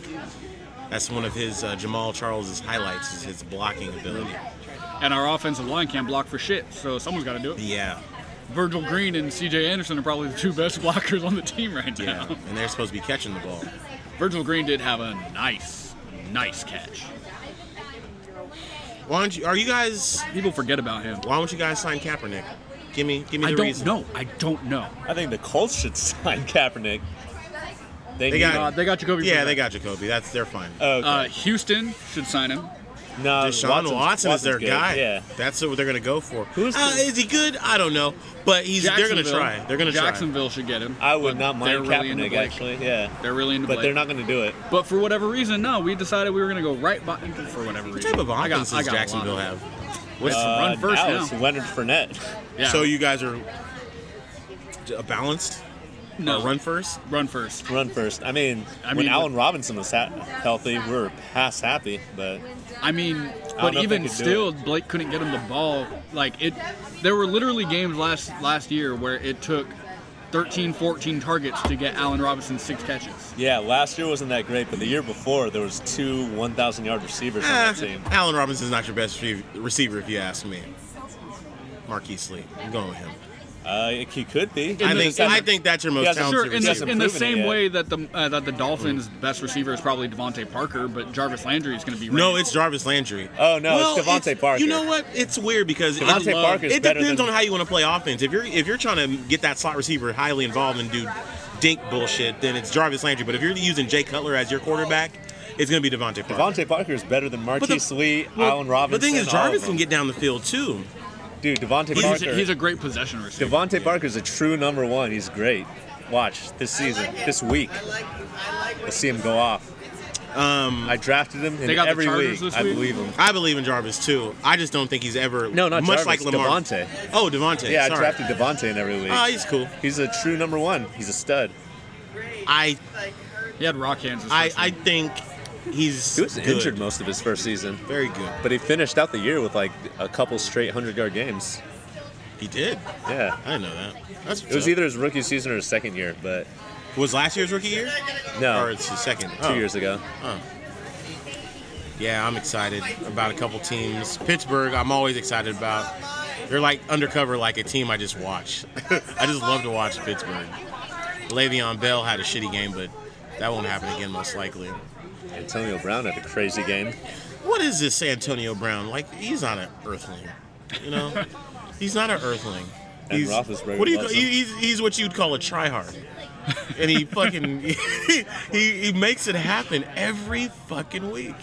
Speaker 1: that's one of his uh, Jamal Charles's highlights is his blocking ability.
Speaker 2: And our offensive line can't block for shit, so someone's got to do it.
Speaker 1: Yeah,
Speaker 2: Virgil Green and C.J. Anderson are probably the two best blockers on the team right now.
Speaker 1: Yeah, and they're supposed to be catching the ball.
Speaker 2: Virgil Green did have a nice, nice catch.
Speaker 1: Why don't you? Are you guys?
Speaker 2: People forget about him.
Speaker 1: Why don't you guys sign Kaepernick? Give me, give me the
Speaker 2: I don't
Speaker 1: reason.
Speaker 2: know. I don't know.
Speaker 3: I think the Colts should sign Kaepernick.
Speaker 1: They
Speaker 3: They, need-
Speaker 1: got-
Speaker 2: Uh, they got Jacoby.
Speaker 1: Yeah,
Speaker 2: Brissett.
Speaker 1: they got Jacoby. That's they're fine.
Speaker 3: Oh,
Speaker 2: Uh, Houston should sign him.
Speaker 3: no,
Speaker 1: Deshaun Watson, is
Speaker 3: Watson's- Watson's
Speaker 1: their
Speaker 3: good,
Speaker 1: guy.
Speaker 3: Yeah,
Speaker 1: that's what they're gonna go for.
Speaker 3: Who's
Speaker 1: uh,
Speaker 3: the-
Speaker 1: is he good? I don't know, but he's they're gonna
Speaker 2: Jacksonville-
Speaker 1: try. They're gonna try.
Speaker 2: Jacksonville should get him.
Speaker 3: I would
Speaker 2: but
Speaker 3: not
Speaker 2: they're
Speaker 3: mind
Speaker 2: really into
Speaker 3: Kaepernick
Speaker 2: Blake.
Speaker 3: actually. Yeah,
Speaker 2: They're really into
Speaker 3: but
Speaker 2: Blake.
Speaker 3: they're not going to do it.
Speaker 2: But for whatever reason, no, we decided we were going to go right by. For whatever reason,
Speaker 1: What type of
Speaker 2: I got-
Speaker 1: offense
Speaker 2: I
Speaker 1: does
Speaker 2: got a lot
Speaker 1: Jacksonville
Speaker 2: of-
Speaker 1: have? What's
Speaker 3: Uh,
Speaker 2: run first
Speaker 3: now
Speaker 2: now.
Speaker 3: it's Leonard Fournette.
Speaker 2: Yeah.
Speaker 1: So you guys are uh, balanced.
Speaker 2: no
Speaker 1: Or run first.
Speaker 2: run first.
Speaker 3: Run first. I mean,
Speaker 2: I
Speaker 3: when
Speaker 2: mean,
Speaker 3: Allen Robinson was ha- healthy, we were past happy. But
Speaker 2: I mean,
Speaker 3: know if
Speaker 2: but
Speaker 3: they
Speaker 2: even
Speaker 3: could do
Speaker 2: still, Blake couldn't get him the ball. Like it, there were literally games last last year where it took 13, 14 targets to get Allen Robinson six catches.
Speaker 3: yeah, last year wasn't that great. But the year before, there was two 1,000 yard receivers on
Speaker 1: Eh,
Speaker 3: that team.
Speaker 1: Allen Robinson's not your best re- receiver, if you ask me. Marquise Lee. I'm going with him.
Speaker 3: Uh, he could be.
Speaker 1: I
Speaker 2: the-
Speaker 1: think
Speaker 2: in
Speaker 1: I
Speaker 2: the-
Speaker 1: think that's your most
Speaker 3: Yeah,
Speaker 1: talented
Speaker 2: Sure, in the,
Speaker 1: receiver.
Speaker 3: hasn't
Speaker 2: in the
Speaker 3: proven it
Speaker 2: same
Speaker 3: yet.
Speaker 2: way that the uh, that the Dolphins' best receiver is probably Devontae Parker, but Jarvis Landry is going to be
Speaker 1: No,
Speaker 2: ranked.
Speaker 1: it's Jarvis Landry.
Speaker 3: Oh, no, it's
Speaker 1: Well,
Speaker 3: Devontae Parker.
Speaker 1: You know what? It's weird because it-
Speaker 3: Devontae
Speaker 1: it,
Speaker 3: Parker's
Speaker 1: it
Speaker 3: better
Speaker 1: depends
Speaker 3: than-
Speaker 1: on how you want to play offense. If you're if you're trying to get that slot receiver highly involved and do dink bullshit, then it's Jarvis Landry. But if you're using Jay Cutler as your quarterback, it's going to be Devontae Parker.
Speaker 3: Devontae Parker is better than
Speaker 1: But the-
Speaker 3: Marquise Lee,
Speaker 1: well,
Speaker 3: Allen Robinson.
Speaker 1: The thing is,
Speaker 3: all of
Speaker 1: Jarvis can
Speaker 3: them.
Speaker 1: get down the field too.
Speaker 3: dude. Devontae
Speaker 2: he's,
Speaker 3: Parker.
Speaker 2: a, he's a great possession receiver.
Speaker 3: Devontae Parker's a true number one. He's great. Watch this season, this week. Let's see him go off. Um, I drafted him in
Speaker 2: They got the
Speaker 3: every
Speaker 2: Chargers
Speaker 3: week.
Speaker 2: this
Speaker 3: I
Speaker 2: week?
Speaker 3: believe him.
Speaker 1: I believe in Jarvis too. I just don't think he's ever
Speaker 3: No, not
Speaker 1: much
Speaker 3: Jarvis,
Speaker 1: like Lamar.
Speaker 3: Devontae. Uh,
Speaker 1: Oh, Devontae.
Speaker 3: Yeah, I
Speaker 1: sorry.
Speaker 3: drafted Devontae in every week.
Speaker 1: Oh, he's cool.
Speaker 3: He's a true number one. He's a stud.
Speaker 1: I
Speaker 2: He had rock hands. this
Speaker 1: I
Speaker 2: first
Speaker 1: I
Speaker 2: year.
Speaker 1: think he's
Speaker 3: He was
Speaker 1: good.
Speaker 3: injured most of his first season,
Speaker 1: Very good.
Speaker 3: but he finished out the year with like a couple straight hundred yard games.
Speaker 1: He did.
Speaker 3: Yeah,
Speaker 1: I didn't know that. That's
Speaker 3: it was either his rookie season or his second year, but
Speaker 1: was last year's rookie year or
Speaker 3: no, Oh. two
Speaker 1: it's his second. Two
Speaker 3: years ago.
Speaker 1: Yeah, I'm excited about a couple teams. Pittsburgh, I'm always excited about. They're like undercover, like a team I just watch. I just love to watch Pittsburgh. Le'Veon Bell had a shitty game, but that won't happen again, most likely.
Speaker 3: Antonio Brown had a crazy game.
Speaker 1: What is this Antonio Brown? Like, he's not an earthling, you know? he's not an earthling.
Speaker 3: And
Speaker 1: He's,
Speaker 3: Roethlisberger
Speaker 1: what do you call,
Speaker 3: loves
Speaker 1: he-
Speaker 3: him.
Speaker 1: he's, he's what you'd call a tryhard. and he fucking he, he makes it happen every fucking week.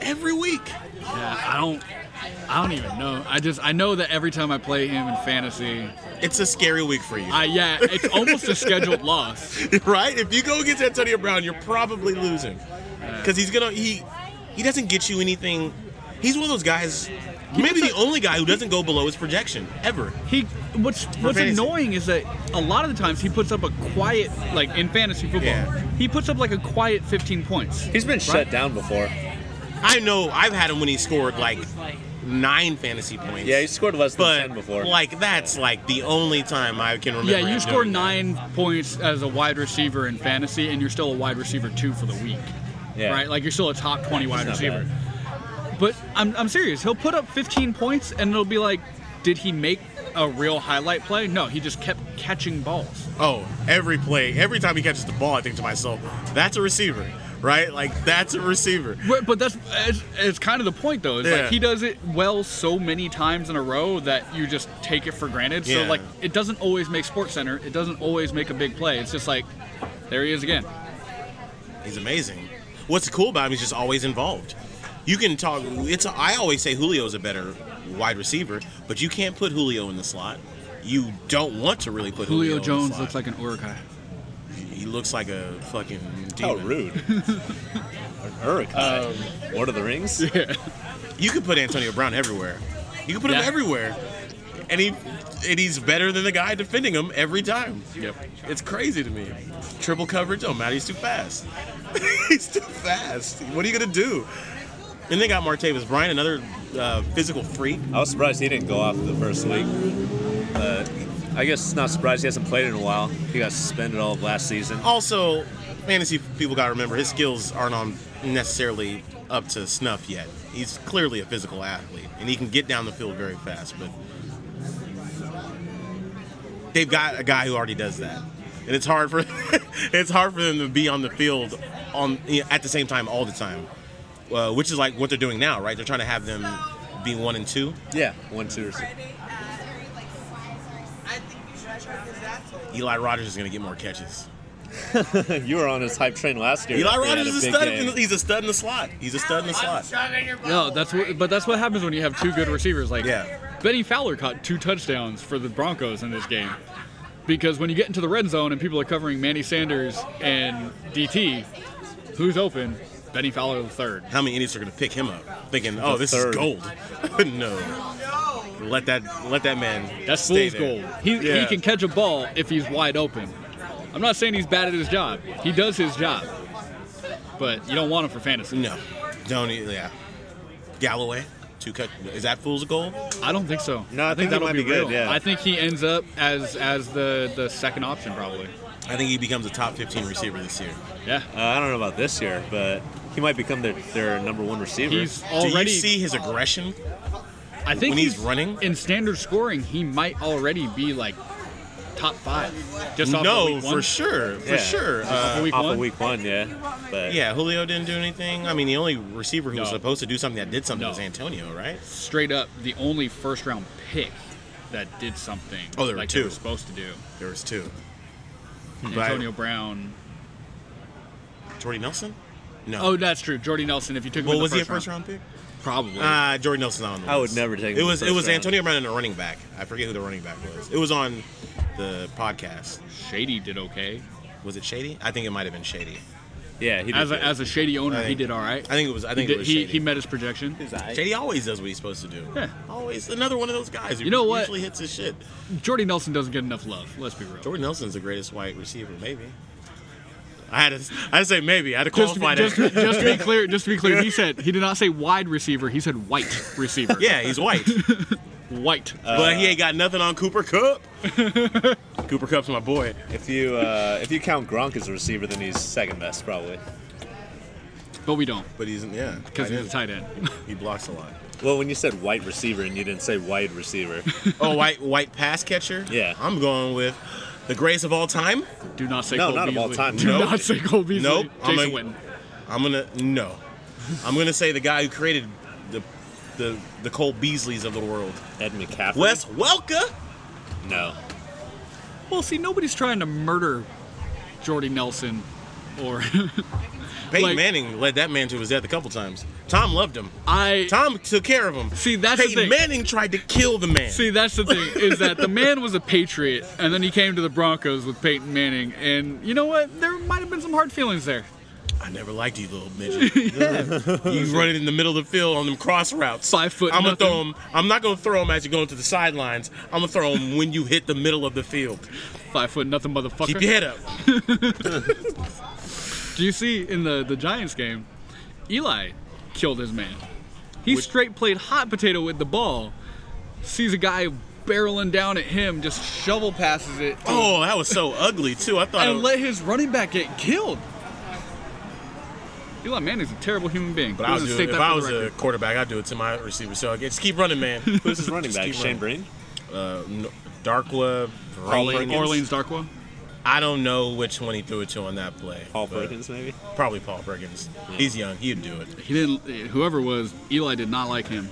Speaker 1: Every week.
Speaker 2: Yeah, I don't. I don't even know. I just I know that every time I play him in fantasy,
Speaker 1: It's a scary week for you,
Speaker 2: I yeah, it's almost a scheduled loss.
Speaker 1: right? If you go against Antonio Brown, you're probably losing because he's gonna he he doesn't get you anything. He's one of those guys, maybe the only guy who doesn't go below his projection ever.
Speaker 2: He what's what's
Speaker 1: fantasy.
Speaker 2: annoying is that a lot of the times he puts up a quiet like in fantasy football,
Speaker 1: Yeah.
Speaker 2: he puts up like a quiet 15 points.
Speaker 3: He's been shut down before.
Speaker 1: I know I've had him when he scored like nine fantasy points.
Speaker 3: Yeah, he scored less than
Speaker 1: but
Speaker 3: ten before.
Speaker 1: like that's like the only time I can remember.
Speaker 2: Yeah, you
Speaker 1: him
Speaker 2: score
Speaker 1: doing that.
Speaker 2: nine points as a wide receiver in fantasy, and you're still a wide receiver two for the week,
Speaker 3: Yeah.
Speaker 2: right? Like you're still a top 20 wide
Speaker 3: not
Speaker 2: receiver. But I'm I'm serious. He'll put up 15 points, and it'll be like, did he make a real highlight play? No, he just kept catching balls.
Speaker 1: Oh, every play, every time he catches the ball, I think to myself, that's a receiver, right? Like that's a receiver.
Speaker 2: But, but that's it's, it's kind of the point though. Is
Speaker 1: Yeah.
Speaker 2: like he does it well so many times in a row that you just take it for granted.
Speaker 1: Yeah.
Speaker 2: So like it doesn't always make Sports Center. It doesn't always make a big play. It's just like there he is again.
Speaker 1: He's amazing. What's cool about him is just always involved. You can talk. It's. I always say Julio's a better wide receiver, but you can't put Julio in the slot. You don't want to really put Julio,
Speaker 2: Julio
Speaker 1: in the
Speaker 2: Jones
Speaker 1: slot.
Speaker 2: looks like an Urukai.
Speaker 1: he looks like a fucking
Speaker 3: How
Speaker 1: demon.
Speaker 3: rude. An Uruk.
Speaker 2: Um,
Speaker 3: Lord of the Rings?
Speaker 1: You could put Antonio Brown everywhere. You could put
Speaker 2: Yeah.
Speaker 1: him everywhere, and he and he's better than the guy defending him every time.
Speaker 2: Yep.
Speaker 1: It's crazy to me. Triple coverage. Oh, Matt, he's too fast. he's too fast. What are you gonna do? And they got Martavis Bryant, another uh, physical freak.
Speaker 3: I was surprised he didn't go off the first week. But I guess it's not surprised he hasn't played in a while. He got suspended all of last season.
Speaker 1: Also, fantasy people got to remember his skills aren't on necessarily up to snuff yet. He's clearly a physical athlete, and he can get down the field very fast. But they've got a guy who already does that, and it's hard for it's hard for them to be on the field on you know, at the same time all the time, uh, which is like what they're doing now, right? They're trying to have them be one and two.
Speaker 3: Yeah, one, two, or so.
Speaker 1: Eli Rogers is going to get more catches.
Speaker 3: you were on his hype train last year.
Speaker 1: Eli
Speaker 3: after he had
Speaker 1: Rogers is a
Speaker 3: big
Speaker 1: stud.
Speaker 3: game.
Speaker 1: in the- he's a stud in the slot. He's a stud in the slot.
Speaker 2: No, that's what. But that's what happens when you have two good receivers. Like
Speaker 1: Yeah.
Speaker 2: Benny Fowler caught two touchdowns for the Broncos in this game. Because when you get into the red zone and people are covering Manny Sanders and DT, who's open? Benny Fowler the third.
Speaker 1: How many idiots are going to pick him up, thinking, "Oh,
Speaker 3: The
Speaker 1: this
Speaker 3: third.
Speaker 1: is gold"? no, let that let that man.
Speaker 2: That's
Speaker 1: stay
Speaker 2: fool's
Speaker 1: there.
Speaker 2: gold. He, he
Speaker 1: Yeah.
Speaker 2: can catch a ball if he's wide open. I'm not saying he's bad at his job. He does his job. But you don't want him for fantasy.
Speaker 1: No, don't. e- Yeah, Galloway. Two cut. Is that fool's gold?
Speaker 2: I don't think so.
Speaker 3: No, I think that
Speaker 2: that'll
Speaker 3: might be good,
Speaker 2: real.
Speaker 3: yeah.
Speaker 2: I think he ends up as as the the second option probably.
Speaker 1: I think he becomes a top 15 receiver this year.
Speaker 2: Yeah.
Speaker 3: Uh, I don't know about this year, but he might become their, their number one receiver.
Speaker 2: He's
Speaker 1: Do
Speaker 2: already.
Speaker 1: you see his aggression?
Speaker 2: I think
Speaker 1: when he's running?
Speaker 2: in standard scoring, he might already be like top five. Just off of
Speaker 1: No,
Speaker 2: week one.
Speaker 1: for sure, for
Speaker 3: Yeah.
Speaker 1: sure.
Speaker 2: Just off
Speaker 1: Uh,
Speaker 2: of week
Speaker 3: off
Speaker 2: one.
Speaker 3: of week one, yeah. But
Speaker 1: yeah, Julio didn't do anything. I mean, the only receiver who was
Speaker 2: No.
Speaker 1: supposed to do something that did something
Speaker 2: No.
Speaker 1: was Antonio, right?
Speaker 2: Straight up, the only first round pick that did something.
Speaker 1: Oh, there were
Speaker 2: like
Speaker 1: two.
Speaker 2: They were Hmm. supposed to do.
Speaker 1: There was two. But-
Speaker 2: Antonio Brown.
Speaker 1: Jordy Nelson? No.
Speaker 2: Oh, that's true. Jordy Nelson. If you took him,
Speaker 1: well,
Speaker 2: in
Speaker 1: was
Speaker 2: the
Speaker 1: he a
Speaker 2: first
Speaker 1: first round pick?
Speaker 2: Probably.
Speaker 1: Uh, Jordy Nelson's not on the list.
Speaker 3: I would never take him
Speaker 1: It
Speaker 3: in the
Speaker 1: was it
Speaker 3: first
Speaker 1: was
Speaker 3: round.
Speaker 1: Antonio Brown and a running back. I forget who the running back was. It was on the podcast.
Speaker 2: Shady did okay.
Speaker 1: Was it Shady? I think it might have been Shady.
Speaker 3: yeah, he did
Speaker 2: As
Speaker 3: good.
Speaker 2: a, as a Shady owner,
Speaker 1: I think-
Speaker 2: he did all right.
Speaker 1: I think it was. I
Speaker 2: He,
Speaker 1: think it
Speaker 2: did,
Speaker 1: was
Speaker 2: he,
Speaker 1: Shady.
Speaker 2: he met his projection.
Speaker 1: Shady always does what he's supposed to do.
Speaker 2: Yeah.
Speaker 1: Always another one of those guys who
Speaker 2: You know what?
Speaker 1: usually hits his shit.
Speaker 2: Jordy Nelson doesn't get enough love. Let's be real.
Speaker 1: Jordan Nelson's the greatest white receiver, maybe. I had to, I had to say maybe. I had to
Speaker 2: Just,
Speaker 1: qualify
Speaker 2: just-
Speaker 1: that.
Speaker 2: just to be clear, just to be clear, he said he did not say wide receiver. He said white receiver.
Speaker 1: yeah, he's white,
Speaker 2: white. Uh,
Speaker 1: but he ain't got nothing on Cooper Cup. Cooper Cup's my boy.
Speaker 3: if you uh, if you count Gronk as a receiver, then he's second best probably.
Speaker 2: But we don't
Speaker 1: But he's yeah,
Speaker 2: because
Speaker 1: tight
Speaker 2: he's a tight end.
Speaker 1: end. He blocks a lot.
Speaker 3: Well, when you said white receiver and you didn't say wide receiver,
Speaker 1: Oh, white white pass catcher.
Speaker 3: Yeah.
Speaker 1: I'm going with the greatest of all time.
Speaker 2: Do not say
Speaker 3: No,
Speaker 2: Cole
Speaker 3: not of
Speaker 2: Beasley.
Speaker 3: all time.
Speaker 2: Do
Speaker 1: Nope.
Speaker 2: not say Cole Beasley.
Speaker 1: Nope. I'm
Speaker 2: Jason
Speaker 1: a-
Speaker 2: Witten.
Speaker 1: I'm gonna no. I'm gonna say the guy who created the the the Cole Beasleys of the world,
Speaker 3: Ed McCaffrey.
Speaker 1: Wes Welker.
Speaker 3: No.
Speaker 2: Well, see, nobody's trying to murder Jordy Nelson or
Speaker 1: Peyton
Speaker 2: Like-
Speaker 1: Manning led that man to his death a couple times. Tom loved him.
Speaker 2: I.
Speaker 1: Tom took care of him.
Speaker 2: See, that's the
Speaker 1: Peyton
Speaker 2: thing.
Speaker 1: Manning tried to kill the man.
Speaker 2: See, that's the thing is that the man was a patriot, and then he came to the Broncos with Peyton Manning, and you know what? There might have been some hard feelings there.
Speaker 1: I never liked you, little midget. you running in the middle of the field on them cross routes.
Speaker 2: Five foot
Speaker 1: I'm
Speaker 2: nothing.
Speaker 1: gonna throw him. I'm not gonna throw him as you're going to the sidelines. I'm gonna throw him when you hit the middle of the field.
Speaker 2: Five foot nothing, motherfucker.
Speaker 1: Keep your head up.
Speaker 2: Do you see in the the Giants game, Eli killed his man. He
Speaker 1: Which-
Speaker 2: straight played hot potato with the ball. Sees a guy barreling down at him, just shovel passes it, to-
Speaker 1: Oh, that was so ugly too. I thought. it
Speaker 2: and
Speaker 1: was-
Speaker 2: let his running back get killed. Eli Manning's a terrible human being.
Speaker 1: but
Speaker 2: We're
Speaker 1: I would
Speaker 2: gonna
Speaker 1: do
Speaker 2: state
Speaker 1: it. If
Speaker 2: that for
Speaker 1: I
Speaker 2: the
Speaker 1: was a
Speaker 2: record.
Speaker 1: quarterback, I'd do it to my receiver. So I just keep running, man.
Speaker 3: Who's his running
Speaker 1: Just
Speaker 3: back?
Speaker 1: keep
Speaker 3: Shane Breen.
Speaker 1: Uh, no- Darkwa.
Speaker 2: Orleans,
Speaker 1: Bronkins?
Speaker 2: Orleans Darkwa.
Speaker 1: I don't know which one he threw it to on that play.
Speaker 3: Paul
Speaker 1: but
Speaker 3: Perkins, maybe.
Speaker 1: Probably Paul Perkins.
Speaker 2: Hmm.
Speaker 1: He's young. He'd do it.
Speaker 2: He didn't. Whoever it was, Eli did not like him.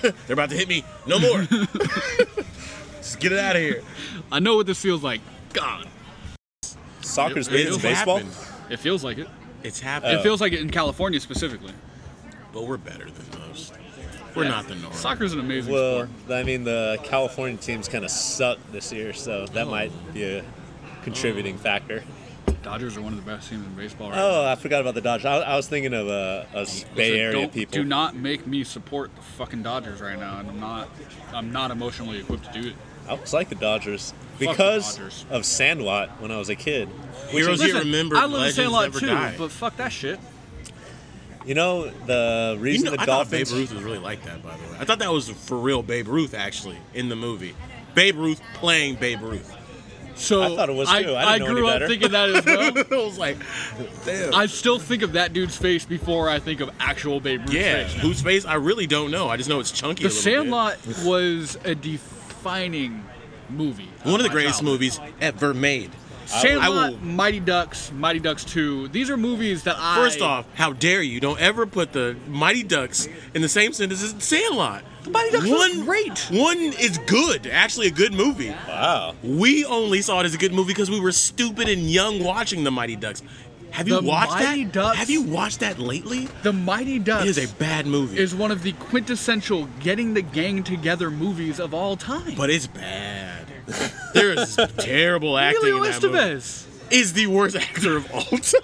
Speaker 1: They're about to hit me. No more. Just get it out of here.
Speaker 2: I know what this feels like. God,
Speaker 3: Soccer's
Speaker 1: It-
Speaker 3: bigger than
Speaker 1: it's
Speaker 3: baseball.
Speaker 1: happened.
Speaker 2: it feels like it.
Speaker 1: It's happened.
Speaker 2: It feels like it in California specifically.
Speaker 1: but we're better than most. We're
Speaker 2: Yeah.
Speaker 1: not the norm.
Speaker 2: Soccer's an amazing
Speaker 3: Well,
Speaker 2: sport.
Speaker 3: I mean the California teams kind of suck this year, so that
Speaker 2: Oh.
Speaker 3: might be a contributing factor.
Speaker 2: Dodgers are one of the best teams in baseball. Right now.
Speaker 3: Oh, I forgot about the Dodgers. I, I was thinking of uh, us Bay
Speaker 2: So
Speaker 3: Area
Speaker 2: don't-
Speaker 3: people.
Speaker 2: Do not make me support the fucking Dodgers right now, and I'm not. I'm not emotionally equipped to do it.
Speaker 3: I was like the Dodgers
Speaker 2: the
Speaker 3: because
Speaker 2: Dodgers.
Speaker 3: of Sandlot when I was a kid.
Speaker 1: Heroes you remember,
Speaker 2: I live in
Speaker 1: legends
Speaker 2: Sandlot
Speaker 1: never
Speaker 2: too,
Speaker 1: die.
Speaker 2: but fuck that shit.
Speaker 3: You know the
Speaker 1: You
Speaker 3: reason
Speaker 1: know,
Speaker 3: the
Speaker 1: I thought Babe
Speaker 3: Dolphins.
Speaker 1: Ruth was really like that, by the way. I thought that was for real Babe Ruth, actually, in the movie. Babe Ruth playing Babe Ruth.
Speaker 2: So
Speaker 3: I thought it was too. I didn't know any
Speaker 2: grew up
Speaker 3: better.
Speaker 2: thinking that as well.
Speaker 1: I was like, damn.
Speaker 2: I still think of that dude's face before I think of actual Babe Ruth's
Speaker 1: yeah,
Speaker 2: face.
Speaker 1: whose face? I really don't know. I just know it's chunky. a
Speaker 2: The
Speaker 1: little
Speaker 2: Sandlot was a defining movie.
Speaker 1: bit. One of the
Speaker 2: my
Speaker 1: greatest
Speaker 2: childhood.
Speaker 1: movies ever made.
Speaker 2: Sandlot,
Speaker 1: I will-
Speaker 2: Mighty Ducks, Mighty Ducks 2. These are movies that I
Speaker 1: First off, how dare you? Don't ever put the Mighty Ducks in the same sentence as Sandlot. The
Speaker 2: Mighty Ducks was great.
Speaker 1: One is good, actually a good movie.
Speaker 3: Wow.
Speaker 1: We only saw it as a good movie because we were stupid and young watching the Mighty Ducks. Have you
Speaker 2: The
Speaker 1: watched
Speaker 2: Mighty
Speaker 1: that?
Speaker 2: Ducks-
Speaker 1: Have you watched that lately?
Speaker 2: The Mighty Ducks
Speaker 1: It is a bad movie.
Speaker 2: is one of the quintessential getting the gang together movies of all time.
Speaker 1: but it's bad. There is terrible acting
Speaker 2: Emilio
Speaker 1: in that movie.
Speaker 2: Estevez.
Speaker 1: Is the worst actor of all time.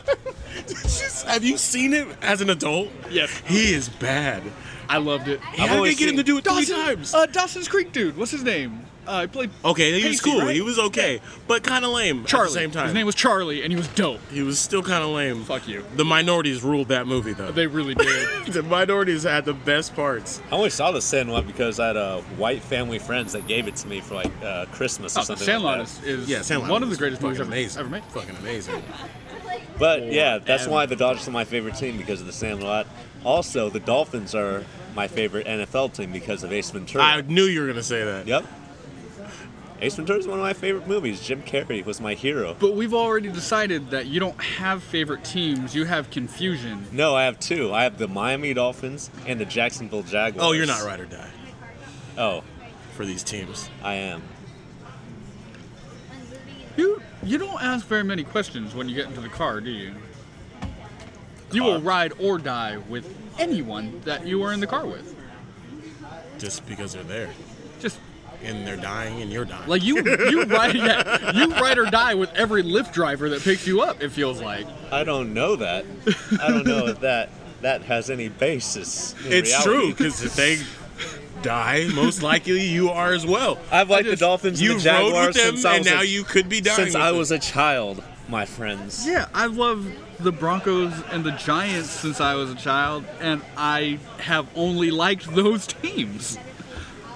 Speaker 1: It's just- have you seen him as an adult?
Speaker 2: Yes.
Speaker 1: He is bad.
Speaker 2: I loved it.
Speaker 1: How did
Speaker 3: only
Speaker 1: they get him
Speaker 3: seen-
Speaker 1: to do it three
Speaker 2: Dawson,
Speaker 1: times?
Speaker 2: Uh, Dawson's Creek dude. What's his name? Uh, he played.
Speaker 1: Okay, he was
Speaker 2: Pacey,
Speaker 1: cool.
Speaker 2: right?
Speaker 1: He was okay, but kind of lame at
Speaker 2: Charlie.
Speaker 1: the same time.
Speaker 2: His name was Charlie, and he was dope.
Speaker 1: he was still kind of lame.
Speaker 2: Fuck you.
Speaker 1: The minorities ruled that movie though.
Speaker 2: They really did. Oh,
Speaker 1: the minorities had the best parts.
Speaker 3: I only saw the Sandlot because I had uh, white family friends that gave it to me for like uh, Christmas or
Speaker 2: oh,
Speaker 3: something.
Speaker 2: Sandlot
Speaker 3: like that.
Speaker 2: is, is
Speaker 1: Yeah, Sandlot
Speaker 2: one of the
Speaker 1: was
Speaker 2: greatest movies
Speaker 1: fucking
Speaker 2: I've
Speaker 1: amazing.
Speaker 2: ever made.
Speaker 1: Fucking amazing.
Speaker 3: But yeah, that's why the Dodgers are my favorite team because of the Sandlot. Also, the Dolphins are my favorite NFL team because of Ace Ventura.
Speaker 1: I knew you were gonna say that.
Speaker 3: Yep. Ace Ventura is one of my favorite movies. Jim Carrey was my hero.
Speaker 2: But we've already decided that you don't have favorite teams. You have confusion.
Speaker 3: No, I have two. I have the Miami Dolphins and the Jacksonville Jaguars.
Speaker 1: Oh, you're not ride or die
Speaker 3: Oh,
Speaker 1: for these teams.
Speaker 3: I am.
Speaker 2: You you don't ask very many questions when you get into the car, do you? You will
Speaker 3: Car.
Speaker 2: ride or die with anyone that you are in the car with.
Speaker 1: Just because they're there
Speaker 2: Just
Speaker 1: and they're dying and you're dying.
Speaker 2: like you you ride yeah, you ride or die with every Lyft driver that picks you up. It feels like
Speaker 3: I don't know that. I don't know if that that has any basis. in
Speaker 1: it's true
Speaker 3: reality.
Speaker 1: because if they die, most likely you are as well.
Speaker 3: I've liked
Speaker 2: I just-
Speaker 3: the Dolphins
Speaker 1: You
Speaker 3: and the
Speaker 1: rode
Speaker 3: Jaguars
Speaker 1: with them
Speaker 3: since I
Speaker 1: and
Speaker 3: was
Speaker 1: now
Speaker 3: a,
Speaker 1: you could be dying.
Speaker 3: since
Speaker 1: with
Speaker 3: I
Speaker 1: them.
Speaker 3: was a child, my friends.
Speaker 2: yeah, I love the Broncos and the Giants since I was a child, and I have only liked those teams.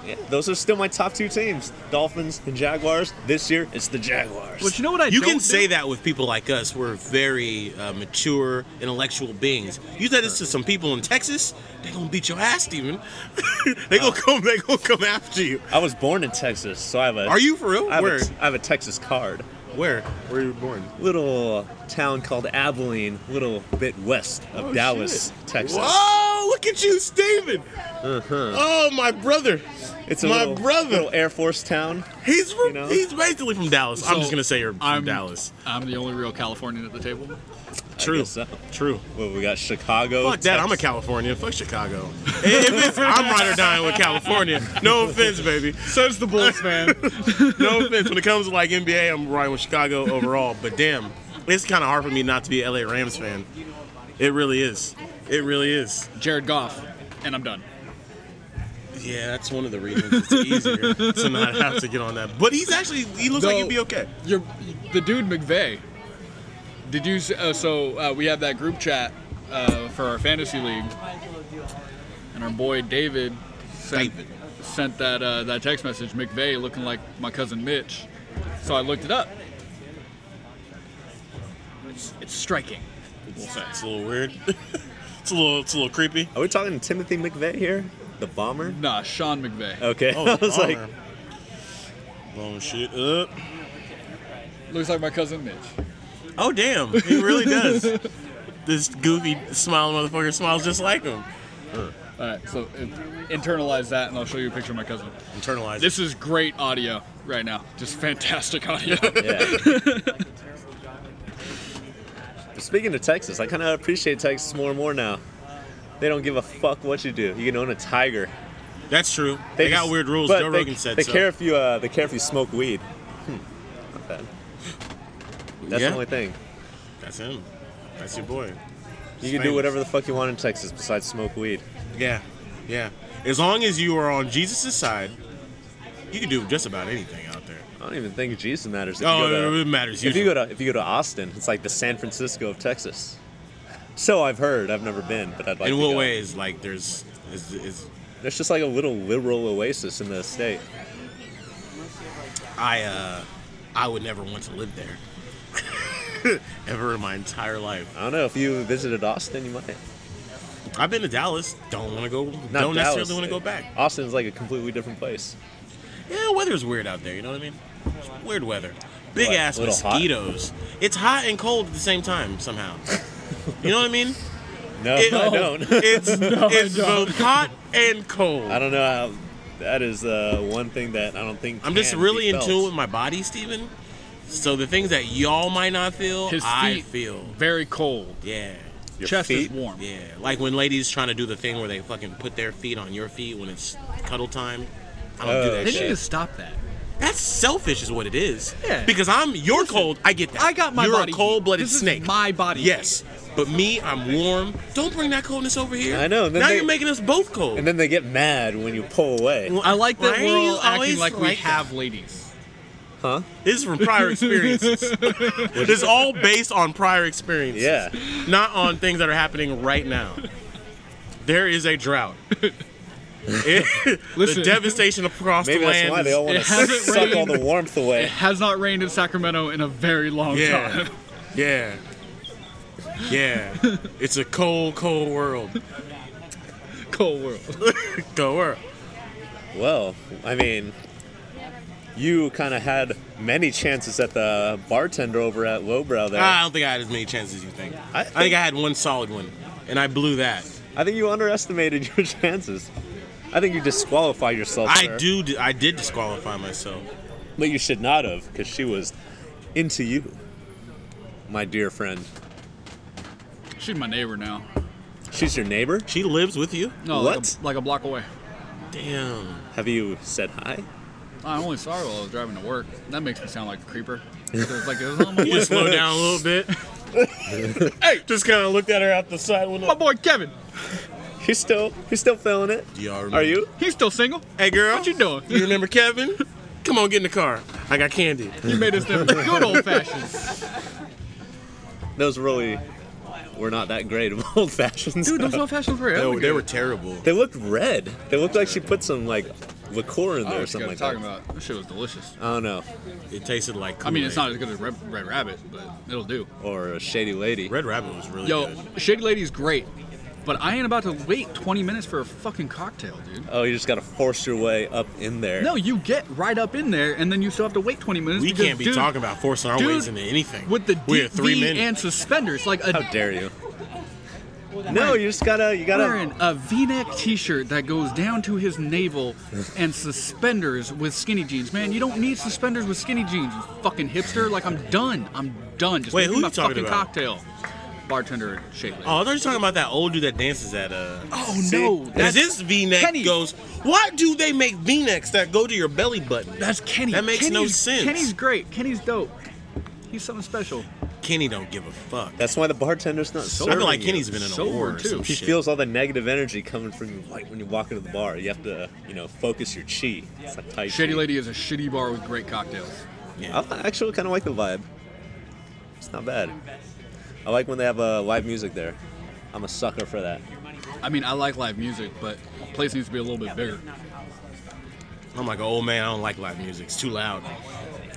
Speaker 3: Yeah, those are still my top two teams: Dolphins and Jaguars. This year, it's the Jaguars.
Speaker 2: But you know what I
Speaker 1: You
Speaker 2: don't
Speaker 1: can
Speaker 2: do?
Speaker 1: say that with people like us. We're very uh, mature, intellectual beings. You said this to some people in Texas, they gonna beat your ass, Steven. they
Speaker 3: Uh,
Speaker 1: gonna come. They gonna come after you.
Speaker 3: I was born in Texas, so I have a.
Speaker 1: Are you for real?
Speaker 3: I have, a,
Speaker 1: Where?
Speaker 3: t- I have a Texas card.
Speaker 1: Where? Where you were born?
Speaker 3: Little town called Abilene, little bit west of
Speaker 1: Oh,
Speaker 3: Dallas,
Speaker 1: shit.
Speaker 3: Texas.
Speaker 1: Whoa! Look at you, Steven. Oh, my brother.
Speaker 3: It's a
Speaker 1: my
Speaker 3: little,
Speaker 1: brother.
Speaker 3: little Air Force town.
Speaker 1: He's from,
Speaker 3: You know?
Speaker 1: he's basically from Dallas. I'm just
Speaker 2: So,
Speaker 1: gonna say you're from
Speaker 2: I'm-
Speaker 1: Dallas.
Speaker 2: I'm the only real Californian at the table.
Speaker 1: True.
Speaker 3: guess so.
Speaker 1: True.
Speaker 3: Well, uh, we got Chicago.
Speaker 1: Fuck that. I'm a
Speaker 3: Texas-
Speaker 1: Californian. Fuck Chicago. if it's, I'm ride or dying with California. No offense, baby.
Speaker 2: Says the Bulls fan.
Speaker 1: no offense. When it comes to like NBA, I'm riding with Chicago overall. But damn, it's kind of hard for me not to be a LA Rams fan. It really is. It really is.
Speaker 2: Jared Goff, and I'm done.
Speaker 1: Yeah, that's one of the reasons it's easier to not have to get on that. But he's actually he looks like
Speaker 2: Though,
Speaker 1: he'd be okay.
Speaker 2: You're, the dude McVeigh. Did you? s- Uh, so uh, we have that group chat uh, for our fantasy league, and our boy David sent,
Speaker 1: David.
Speaker 2: sent that uh, that text message. McVeigh looking like my cousin Mitch. So I looked it up. It's, it's striking.
Speaker 1: It's a little weird. it's a little it's a little creepy.
Speaker 3: Are we talking Timothy McVeigh here? The
Speaker 1: Mm.
Speaker 3: bomber?
Speaker 2: Nah, Sean McVeigh.
Speaker 3: Okay.
Speaker 1: Oh,
Speaker 3: I was like,
Speaker 1: Blowing shit up.
Speaker 2: Looks like my cousin Mitch.
Speaker 1: Oh damn, he really does. this goofy smiling motherfucker smiles just like him.
Speaker 2: All right, so uh, internalize that, and I'll show you a picture of my cousin.
Speaker 1: Internalize.
Speaker 2: This is great audio right now. Just fantastic audio.
Speaker 3: yeah. But Speaking of Texas, I kind of appreciate Texas more and more now. They don't give a fuck what you do. You can own a tiger.
Speaker 1: That's true. They, got
Speaker 3: just-
Speaker 1: weird rules.
Speaker 3: but
Speaker 1: Joe
Speaker 3: they,
Speaker 1: Rogan said
Speaker 3: they
Speaker 1: so.
Speaker 3: care if you. Uh, they care if you smoke weed. Hmm. Not bad. That's
Speaker 1: Yeah.
Speaker 3: the only thing.
Speaker 1: That's him. That's your boy.
Speaker 3: You can do
Speaker 1: famous.
Speaker 3: whatever the fuck you want in Texas besides smoke weed.
Speaker 1: Yeah, yeah. As long as you are on Jesus' side, you can do just about anything out there.
Speaker 3: I don't even think Jesus matters. If
Speaker 1: Oh,
Speaker 3: you go to,
Speaker 1: it matters.
Speaker 3: If you go to if you go to Austin, it's like the San Francisco of Texas. So I've heard. I've never been, but I'd like.
Speaker 1: in
Speaker 3: to
Speaker 1: what
Speaker 3: go.
Speaker 1: ways? Like, there's is, is
Speaker 3: There's just like a little liberal oasis in the state.
Speaker 1: I uh I would never want to live there ever in my entire life.
Speaker 3: I don't know if you visited Austin, you might.
Speaker 1: I've been to Dallas. Don't want to go.
Speaker 3: Not
Speaker 1: don't
Speaker 3: Dallas.
Speaker 1: necessarily want to go back.
Speaker 3: Austin's like a completely different place.
Speaker 1: Yeah, weather's weird out there. You know what I mean? It's weird weather. Big
Speaker 3: What,
Speaker 1: ass
Speaker 3: little hot?
Speaker 1: mosquitoes. It's hot and cold at the same time somehow. you know what I mean?
Speaker 3: No,
Speaker 1: It-
Speaker 3: I don't.
Speaker 1: It's
Speaker 2: No, I
Speaker 1: it's
Speaker 2: don't.
Speaker 1: both hot and cold.
Speaker 3: I don't know how. That is uh, one thing that I don't think.
Speaker 1: I'm just
Speaker 3: can
Speaker 1: really
Speaker 3: be
Speaker 1: in
Speaker 3: felt.
Speaker 1: tune with my body, Steven. So the things that y'all might not feel,
Speaker 2: His
Speaker 1: I
Speaker 2: feet.
Speaker 1: feel.
Speaker 2: Very cold.
Speaker 1: Yeah.
Speaker 3: Your
Speaker 2: Chest
Speaker 3: feet?
Speaker 2: is warm.
Speaker 1: Yeah. Like when ladies trying to do the thing where they fucking put their feet on your feet when it's cuddle time. I don't do
Speaker 3: Oh,
Speaker 1: that
Speaker 2: They
Speaker 1: shit.
Speaker 2: need to stop that.
Speaker 1: That's selfish, is what it is.
Speaker 2: Yeah.
Speaker 1: Because I'm you're cold. I get that.
Speaker 2: I got my
Speaker 1: You're
Speaker 2: body
Speaker 1: a
Speaker 2: heat.
Speaker 1: cold-blooded
Speaker 2: This is
Speaker 1: snake.
Speaker 2: my body heat.
Speaker 1: Yes. But me, I'm warm. Don't bring that coldness over here.
Speaker 3: I know, and then
Speaker 1: Now
Speaker 3: they-
Speaker 1: you're making us both cold.
Speaker 3: And then they get mad when you pull away.
Speaker 1: Well,
Speaker 2: I like
Speaker 1: why
Speaker 2: that
Speaker 1: are
Speaker 2: we're
Speaker 1: you
Speaker 2: all acting
Speaker 1: always
Speaker 2: like, we
Speaker 1: like that?
Speaker 2: have ladies.
Speaker 3: Huh?
Speaker 1: This is from prior experiences. this is all based on prior experiences.
Speaker 3: Yeah.
Speaker 1: Not on things that are happening right now. There is a drought. It-
Speaker 2: Listen.
Speaker 1: the devastation across
Speaker 3: Maybe
Speaker 1: the
Speaker 3: that's
Speaker 1: land.
Speaker 3: why they all want
Speaker 2: It
Speaker 3: to
Speaker 2: hasn't
Speaker 3: suck all
Speaker 2: rained.
Speaker 3: the warmth
Speaker 2: It
Speaker 3: away.
Speaker 2: has not rained in Sacramento in a very long
Speaker 1: yeah.
Speaker 2: time.
Speaker 1: Yeah. Yeah. It's a cold, cold world.
Speaker 2: Cold world.
Speaker 1: Cold world.
Speaker 3: Well, I mean, you kind of had many chances at the bartender over at Lowbrow there.
Speaker 1: I don't think I had as many chances as you think.
Speaker 3: I
Speaker 1: I think I had one solid one, and I blew that.
Speaker 3: I think you underestimated your chances. I think you disqualify yourself.
Speaker 1: I
Speaker 3: sir.
Speaker 1: do. I did disqualify myself.
Speaker 3: But you should not have, because she was into you, my dear friend.
Speaker 2: She's my neighbor now.
Speaker 3: She's your neighbor.
Speaker 1: She lives with you.
Speaker 2: No,
Speaker 3: What?
Speaker 2: Like, a, like a block away.
Speaker 1: Damn.
Speaker 3: Have you said hi?
Speaker 2: I only saw her while I was driving to work. That makes me sound like a creeper. It was like it was on my
Speaker 1: You
Speaker 2: way.
Speaker 1: just slow down a little bit. hey, just kind of looked at her out the side
Speaker 2: My
Speaker 1: window.
Speaker 2: boy Kevin,
Speaker 3: He's still, he's still feeling it.
Speaker 1: Y'all remember-
Speaker 3: Are you?
Speaker 2: he's still single.
Speaker 1: Hey, girl.
Speaker 2: What you doing?
Speaker 1: You remember Kevin? Come on, get in the car. I got candy.
Speaker 2: You made us them good old fashions.
Speaker 3: Those really were not that great of old fashions.
Speaker 2: Dude, those old fashions were
Speaker 1: They
Speaker 2: hella
Speaker 1: were, they
Speaker 2: good.
Speaker 1: were terrible.
Speaker 3: They looked red. They looked like she put some like liqueur in
Speaker 2: I don't know
Speaker 3: there or
Speaker 2: what you
Speaker 3: something
Speaker 2: guys are
Speaker 3: like that.
Speaker 2: talking about. This shit was delicious.
Speaker 3: I don't know.
Speaker 1: It tasted like. Kool-Aid.
Speaker 2: I mean, it's not as good as Red, Red Rabbit, but it'll do.
Speaker 3: Or a shady lady.
Speaker 1: Red Rabbit was really
Speaker 2: Yo,
Speaker 1: good.
Speaker 2: Shady Lady's great, but I ain't about to wait 20 minutes for a fucking cocktail, dude.
Speaker 3: Oh, you just gotta force your way up in there.
Speaker 2: No, you get right up in there, and then you still have to wait 20 minutes.
Speaker 1: We
Speaker 2: because,
Speaker 1: can't be
Speaker 2: dude,
Speaker 1: talking about forcing our
Speaker 2: dude,
Speaker 1: ways into anything.
Speaker 2: with the
Speaker 1: we are three
Speaker 2: DV
Speaker 1: men.
Speaker 2: and suspenders. Like
Speaker 3: How
Speaker 2: a,
Speaker 3: dare you? No, you just gotta. You gotta.
Speaker 2: wearing a V-neck T-shirt that goes down to his navel and suspenders with skinny jeans. Man, you don't need suspenders with skinny jeans. You fucking hipster. Like I'm done. I'm done. Just
Speaker 1: Wait,
Speaker 2: make me
Speaker 1: who
Speaker 2: my
Speaker 1: you talking
Speaker 2: fucking
Speaker 1: about?
Speaker 2: cocktail. Bartender at Shady Lady.
Speaker 1: Oh, I thought you were talking about that old dude that dances at uh.
Speaker 2: Oh
Speaker 3: see?
Speaker 2: no,
Speaker 1: Because
Speaker 2: that's
Speaker 1: his V-neck
Speaker 2: Kenny.
Speaker 1: goes. Why do they make V-necks that go to your belly button?
Speaker 2: that's Kenny.
Speaker 1: That makes no
Speaker 2: Kenny's-
Speaker 1: sense.
Speaker 2: Kenny's great. Kenny's dope. He's something special.
Speaker 1: Kenny don't give a fuck.
Speaker 3: That's why the bartender's not
Speaker 1: I
Speaker 3: serving
Speaker 1: feel like
Speaker 3: you.
Speaker 1: Kenny's been in a
Speaker 2: Sober,
Speaker 1: war or
Speaker 2: too.
Speaker 1: some
Speaker 3: He
Speaker 1: shit.
Speaker 3: feels all the negative energy coming from you right when you walk into the bar. You have to, you know, focus your chi. It's like tai chi.
Speaker 2: Shady Lady is a shitty bar with great cocktails.
Speaker 1: Yeah.
Speaker 3: I actually kind of like the vibe. It's not bad. I like when they have uh, live music there. I'm a sucker for that.
Speaker 2: I mean, I like live music, but place needs to be a little bit bigger.
Speaker 1: I'm like, oh man, I don't like live music. It's too loud.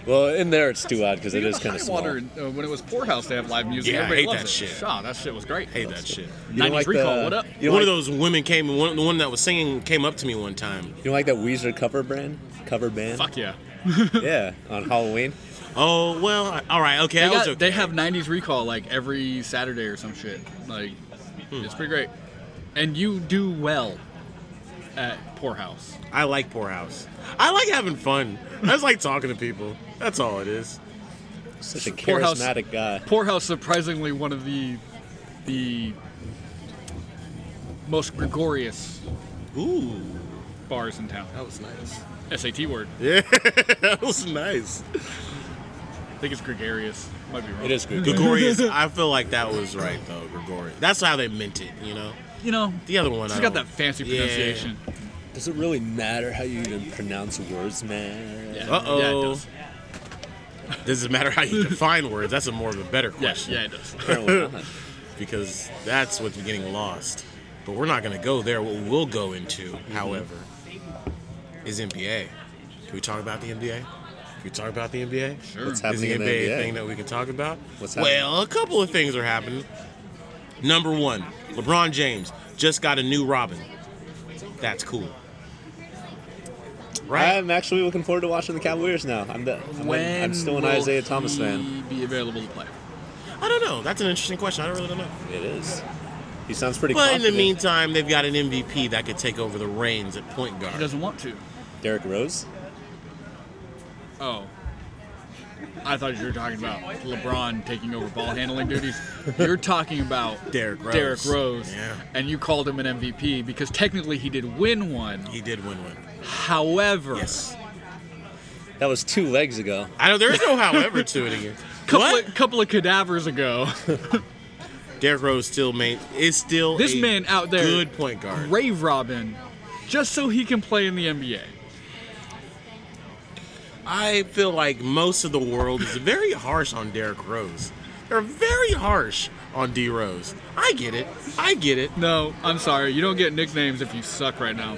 Speaker 3: Well, in there it's too loud because it
Speaker 2: You
Speaker 3: is
Speaker 2: go to
Speaker 3: kind of small.
Speaker 2: Highwater, uh, when it was Poorhouse, they have live music.
Speaker 1: Yeah, I
Speaker 2: Everybody
Speaker 1: hate
Speaker 2: loves
Speaker 1: that
Speaker 2: it.
Speaker 1: shit.
Speaker 2: Shaw, that shit was great.
Speaker 1: Hate that shit.
Speaker 3: You don't
Speaker 2: 90s
Speaker 3: like
Speaker 2: recall.
Speaker 3: the-
Speaker 2: what up?
Speaker 3: You don't
Speaker 1: one
Speaker 3: like,
Speaker 1: of those women came. One, the one that was singing came up to me one time.
Speaker 3: You don't like that Weezer cover brand? Cover band?
Speaker 2: Fuck yeah.
Speaker 3: Yeah, on Halloween.
Speaker 1: Oh well, I- all right, okay,
Speaker 2: They,
Speaker 1: that was
Speaker 2: got-
Speaker 1: okay.
Speaker 2: they have 90s recall like every Saturday or some shit. Like,
Speaker 1: Hmm.
Speaker 2: it's pretty great. And you do well at Poorhouse.
Speaker 1: I like Poorhouse. I like having fun. I just like talking to people. That's all it is.
Speaker 3: Such a
Speaker 2: Poorhouse-
Speaker 3: charismatic guy.
Speaker 2: Poorhouse, surprisingly, one of the the most gregarious
Speaker 1: Ooh,
Speaker 2: bars in town.
Speaker 1: that was nice.
Speaker 2: SAT word.
Speaker 1: Yeah, that was nice.
Speaker 2: I think it's gregarious. Might be wrong.
Speaker 3: It is good.
Speaker 1: Gregorius, I feel like that was right though. Gregorius. That's how they meant it. You know,
Speaker 2: You know,
Speaker 1: the other one.
Speaker 2: it's
Speaker 1: I
Speaker 2: got
Speaker 1: don't-
Speaker 2: that fancy
Speaker 1: Yeah.
Speaker 2: pronunciation.
Speaker 3: Does it really matter how you even pronounce words, man?
Speaker 2: Yeah.
Speaker 1: Uh-oh.
Speaker 2: Yeah, it does.
Speaker 1: Doesn't matter how you define words. That's a more of a better
Speaker 2: Yeah,
Speaker 1: question.
Speaker 2: yeah, it does.
Speaker 3: Apparently not.
Speaker 1: because that's what's getting lost. But we're not going to go there. What we will go
Speaker 3: Mm-hmm.
Speaker 1: into, however, is NBA. Can we talk about the NBA? we talk about the NBA?
Speaker 2: Sure.
Speaker 1: Is
Speaker 3: What's
Speaker 1: the
Speaker 3: happening
Speaker 1: NBA,
Speaker 3: in the
Speaker 1: a
Speaker 3: NBA?
Speaker 1: thing that we can talk about?
Speaker 3: What's happening?
Speaker 1: well, a couple of things are happening. Number one, LeBron James just got a new Robin. That's cool. Right?
Speaker 3: I'm actually looking forward to watching the Cavaliers now. I'm the, I'm,
Speaker 2: When
Speaker 3: I'm still an
Speaker 2: will
Speaker 3: Isaiah Thomas
Speaker 2: he
Speaker 3: fan.
Speaker 2: Be available to play.
Speaker 1: I don't know. That's an interesting question. I don't really don't know.
Speaker 3: It is. He sounds pretty.
Speaker 1: But in the
Speaker 3: confident.
Speaker 1: meantime, they've got an MVP that could take over the reins at point
Speaker 2: He
Speaker 1: guard.
Speaker 2: doesn't want to.
Speaker 3: Derrick Rose.
Speaker 2: Oh. I thought you were talking about LeBron taking over ball handling duties. You're talking about
Speaker 1: Derrick Rose.
Speaker 2: Derrick Rose,
Speaker 1: Yeah.
Speaker 2: and you called him an MVP because technically he did win one.
Speaker 1: He did win one.
Speaker 2: However,
Speaker 1: Yes.
Speaker 3: That was two legs ago.
Speaker 1: I know there is no however to it again.
Speaker 2: couple
Speaker 1: What?
Speaker 2: of, couple of cadavers ago,
Speaker 1: Derrick Rose still main is still
Speaker 2: this
Speaker 1: a
Speaker 2: man out there,
Speaker 1: good point guard.
Speaker 2: Rave Robin, just so he can play in the NBA.
Speaker 1: I feel like most of the world is very harsh on Derrick Rose. They're very harsh on D Rose. I get it. I get it.
Speaker 2: No, I'm sorry, you don't get nicknames if you suck right now.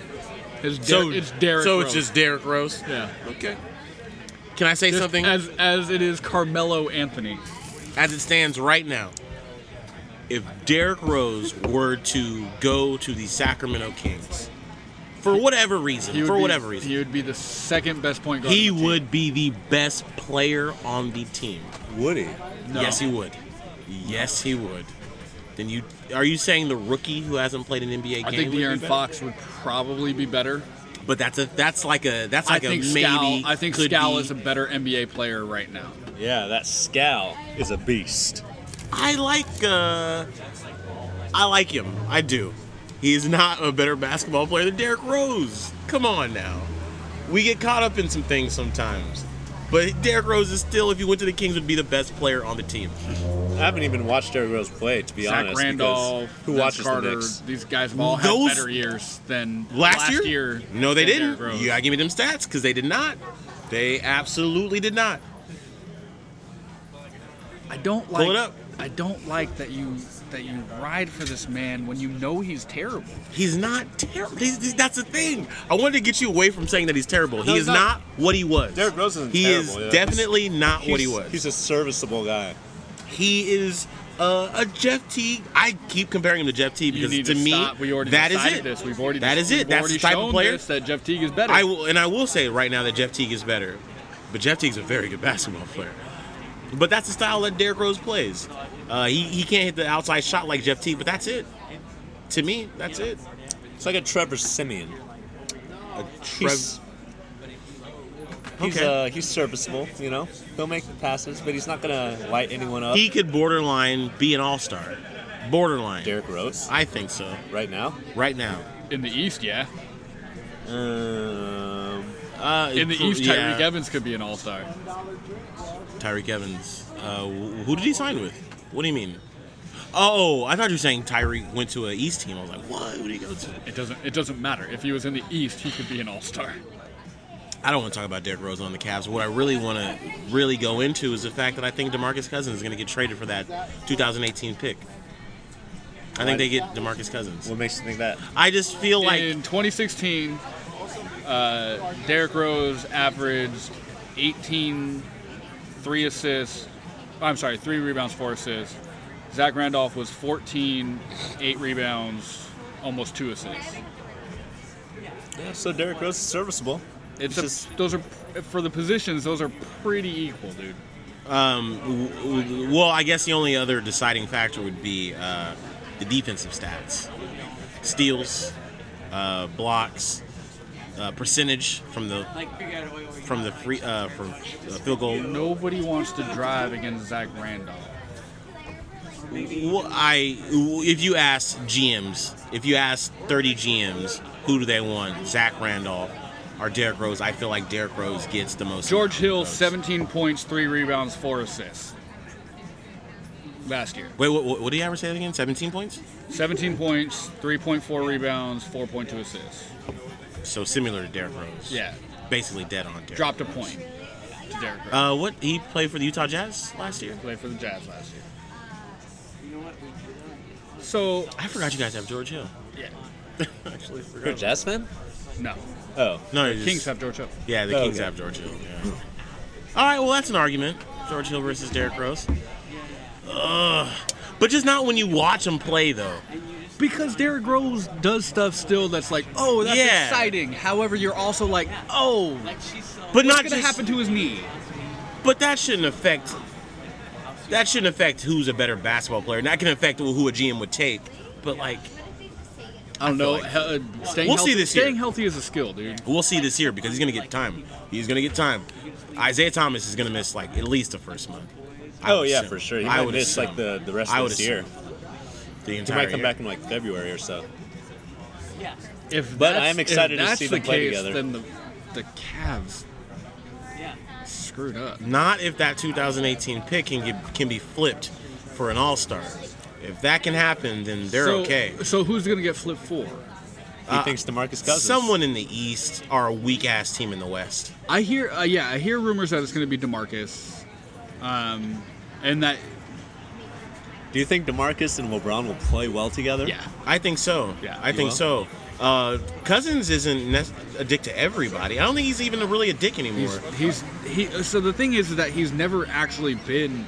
Speaker 2: It's, Der- it's Derrick.
Speaker 1: So
Speaker 2: Rose.
Speaker 1: it's just Derrick Rose.
Speaker 2: yeah.
Speaker 1: Okay. Can I say
Speaker 2: Just
Speaker 1: something?
Speaker 2: as as it is Carmelo Anthony.
Speaker 1: as it stands right now, if Derrick Rose were to go to the Sacramento Kings, for whatever
Speaker 2: He
Speaker 1: reason,
Speaker 2: would
Speaker 1: for
Speaker 2: be-
Speaker 1: whatever reason,
Speaker 2: he would be the second best point guard.
Speaker 1: he
Speaker 2: on the
Speaker 1: would be the best player on the team.
Speaker 3: Woody.
Speaker 2: team. No.
Speaker 1: Yes, he would. Yes, he would. Then you are you saying the rookie who hasn't played an NBA game?
Speaker 2: I think
Speaker 1: would be
Speaker 2: De'Aaron
Speaker 1: better?
Speaker 2: Fox would probably be better.
Speaker 1: But that's a that's like a that's
Speaker 2: I
Speaker 1: like
Speaker 2: think
Speaker 1: a
Speaker 2: Scal.
Speaker 1: maybe.
Speaker 2: I think
Speaker 1: could
Speaker 2: Scal
Speaker 1: be.
Speaker 2: is a better NBA player right now.
Speaker 3: Yeah, that scowl is a beast.
Speaker 1: I like uh I like him. I do. He is not a better basketball player than Derrick Rose. Come on now. We get caught up in some things sometimes. But Derrick Rose is still, if he went to the Kings, would be the best player on the team.
Speaker 3: I haven't even watched Derrick Rose play to be
Speaker 2: Zach
Speaker 3: honest.
Speaker 2: Randolph,
Speaker 3: because who
Speaker 2: Vince
Speaker 3: watches
Speaker 2: Carter,
Speaker 3: the Knicks?
Speaker 2: these guys have all had
Speaker 1: Those-
Speaker 2: better years than
Speaker 1: Last, year? No, they
Speaker 2: than
Speaker 1: didn't.
Speaker 2: Derrick Rose.
Speaker 1: You gotta give me them stats because they did not. They absolutely did not.
Speaker 2: I don't like.
Speaker 1: Pull it up.
Speaker 2: I don't like that you that you ride for this man when you know he's terrible.
Speaker 1: He's not terrible. That's the thing. I wanted to get you away from saying that he's terrible.
Speaker 3: No,
Speaker 1: he
Speaker 3: he's
Speaker 1: is
Speaker 3: not.
Speaker 1: not. what he was.
Speaker 3: Derrick Rose isn't
Speaker 1: He
Speaker 3: terrible,
Speaker 1: is
Speaker 3: yeah.
Speaker 1: definitely not what he
Speaker 3: He's-
Speaker 1: was.
Speaker 3: He's a serviceable guy.
Speaker 1: He is uh, a Jeff T. I keep comparing him to Jeff T.
Speaker 2: You
Speaker 1: because
Speaker 2: need
Speaker 1: to,
Speaker 2: to
Speaker 1: me
Speaker 2: stop. We already
Speaker 1: that is
Speaker 2: decided
Speaker 1: it.
Speaker 2: This. We've already
Speaker 1: That is
Speaker 2: we've
Speaker 1: it. That's
Speaker 2: already
Speaker 1: the type
Speaker 2: shown
Speaker 1: of player.
Speaker 2: this, that Jeff Teague is better.
Speaker 1: I will, and I will say right now that Jeff Teague is better, but Jeff Teague's a very good basketball player. But that's the style that Derrick Rose plays. Uh, he he can't hit the outside shot like Jeff Teague, but that's it. To me, that's it.
Speaker 3: It's like a Trevor Simeon.
Speaker 1: A
Speaker 3: He's, he's,
Speaker 1: Okay.
Speaker 3: uh, he's serviceable, you know. He'll make passes, but he's not gonna light anyone up.
Speaker 1: he could borderline be an All Star, borderline.
Speaker 3: Derrick Rose,
Speaker 1: I think so.
Speaker 3: right now.
Speaker 1: Right now,
Speaker 2: in the East, yeah.
Speaker 3: Um,
Speaker 1: uh,
Speaker 2: In the East,
Speaker 1: yeah,
Speaker 2: Tyreek Evans could be an All Star.
Speaker 1: Tyreek Evans. Uh, wh- who did he sign with? What do you mean? Oh, I thought you were saying Tyreek went to an East team. I was like, what? Who did he go to?
Speaker 2: It doesn't. It doesn't matter. If he was in the East, he could be an All Star.
Speaker 1: I don't want to talk about Derrick Rose on the Cavs. What I really want to really go into is the fact that I think DeMarcus Cousins is going to get traded for that 2018 pick. I think they get DeMarcus Cousins.
Speaker 3: what makes you think that?
Speaker 1: I just feel like
Speaker 2: in 2016, uh, Derrick Rose averaged 18, three assists. I'm sorry, three rebounds, four assists. Zach Randolph was 14, eight rebounds, almost two assists.
Speaker 3: Yeah, so Derrick Rose is serviceable.
Speaker 2: It's
Speaker 3: It's
Speaker 2: a,
Speaker 3: just-
Speaker 2: those are for the positions. Those are pretty equal, dude.
Speaker 1: um, w- w- well, I guess the only other deciding factor would be uh, the defensive stats, steals, uh, blocks, uh, percentage from the from the free uh, from uh, field goal.
Speaker 2: Nobody wants to drive against Zach Randolph.
Speaker 1: Well, I if you ask GMs, if you ask 30 GMs, who do they want? Zach Randolph or Derrick Rose? I feel like Derrick Rose gets the most.
Speaker 2: George
Speaker 1: amount of
Speaker 2: Hill,
Speaker 1: votes.
Speaker 2: 17 points, three rebounds, four assists last year.
Speaker 1: Wait, what, what, what did he average that again? 17 points?
Speaker 2: 17 points, 3.4 rebounds, 4.2 assists.
Speaker 1: So similar to Derrick Rose.
Speaker 2: Yeah.
Speaker 1: Basically dead on Derrick.
Speaker 2: Dropped a point to Derrick Rose.
Speaker 1: Uh, what he played for the Utah Jazz last year?
Speaker 2: played for the Jazz last year. So,
Speaker 1: I forgot you guys have George Hill.
Speaker 2: yeah,
Speaker 1: Actually,
Speaker 3: You're a
Speaker 1: forgot.
Speaker 3: Jazz fan?
Speaker 2: no.
Speaker 3: Oh,
Speaker 1: No,
Speaker 2: Kings have George Hill.
Speaker 1: Yeah, the
Speaker 3: Oh,
Speaker 1: Kings
Speaker 3: okay.
Speaker 1: have George Hill. yeah. All right, well that's an argument. George Hill versus Derrick Rose. Ugh. But just not when you watch them play though.
Speaker 2: Because Derrick Rose does stuff still that's like, oh, that's
Speaker 1: Yeah.
Speaker 2: exciting. However, you're also like, oh,
Speaker 1: But
Speaker 2: what's
Speaker 1: not
Speaker 2: going to
Speaker 1: just.
Speaker 2: happen to his knee?
Speaker 1: But that shouldn't affect. That shouldn't affect who's a better basketball player. That can affect who a GM would take. But like,
Speaker 2: I don't know.
Speaker 1: like-
Speaker 2: he- uh, staying
Speaker 1: We'll see
Speaker 2: healthy,
Speaker 1: this year.
Speaker 2: staying healthy is a skill, dude.
Speaker 1: we'll see this year because he's gonna get time. He's gonna get time. Isaiah Thomas is gonna miss like at least the first month. I
Speaker 3: Oh
Speaker 1: would
Speaker 3: yeah,
Speaker 1: assume.
Speaker 3: for sure. He
Speaker 1: I
Speaker 3: might
Speaker 1: would
Speaker 3: miss
Speaker 1: assume.
Speaker 3: like the, the rest
Speaker 1: I
Speaker 3: of
Speaker 1: would
Speaker 3: this year.
Speaker 1: assume. The
Speaker 3: He
Speaker 1: entire
Speaker 3: might come
Speaker 1: year.
Speaker 3: back in like February or so.
Speaker 2: If
Speaker 3: But
Speaker 2: that's-
Speaker 3: I am excited
Speaker 2: if
Speaker 3: to
Speaker 2: that's
Speaker 3: see
Speaker 2: the
Speaker 3: them play
Speaker 2: case,
Speaker 3: together.
Speaker 2: Then the the Cavs screwed up.
Speaker 1: Not if that 2018 pick can get, can be flipped for an All Star. If that can happen, then they're
Speaker 2: so,
Speaker 1: okay.
Speaker 2: So who's gonna get flipped for?
Speaker 3: He thinks DeMarcus Cousins.
Speaker 1: Uh, Someone in the East are a weak ass team in the West.
Speaker 2: I hear, uh, yeah, I hear rumors that it's gonna be Demarcus, um, and that
Speaker 3: Do you think DeMarcus and LeBron will play well together?
Speaker 2: yeah,
Speaker 1: I think so.
Speaker 2: Yeah.
Speaker 1: I think
Speaker 3: You
Speaker 1: so. Uh, Cousins isn't ne- a dick to everybody. I don't think he's even really a dick anymore.
Speaker 2: he's he's he. So the thing is that he's never actually been,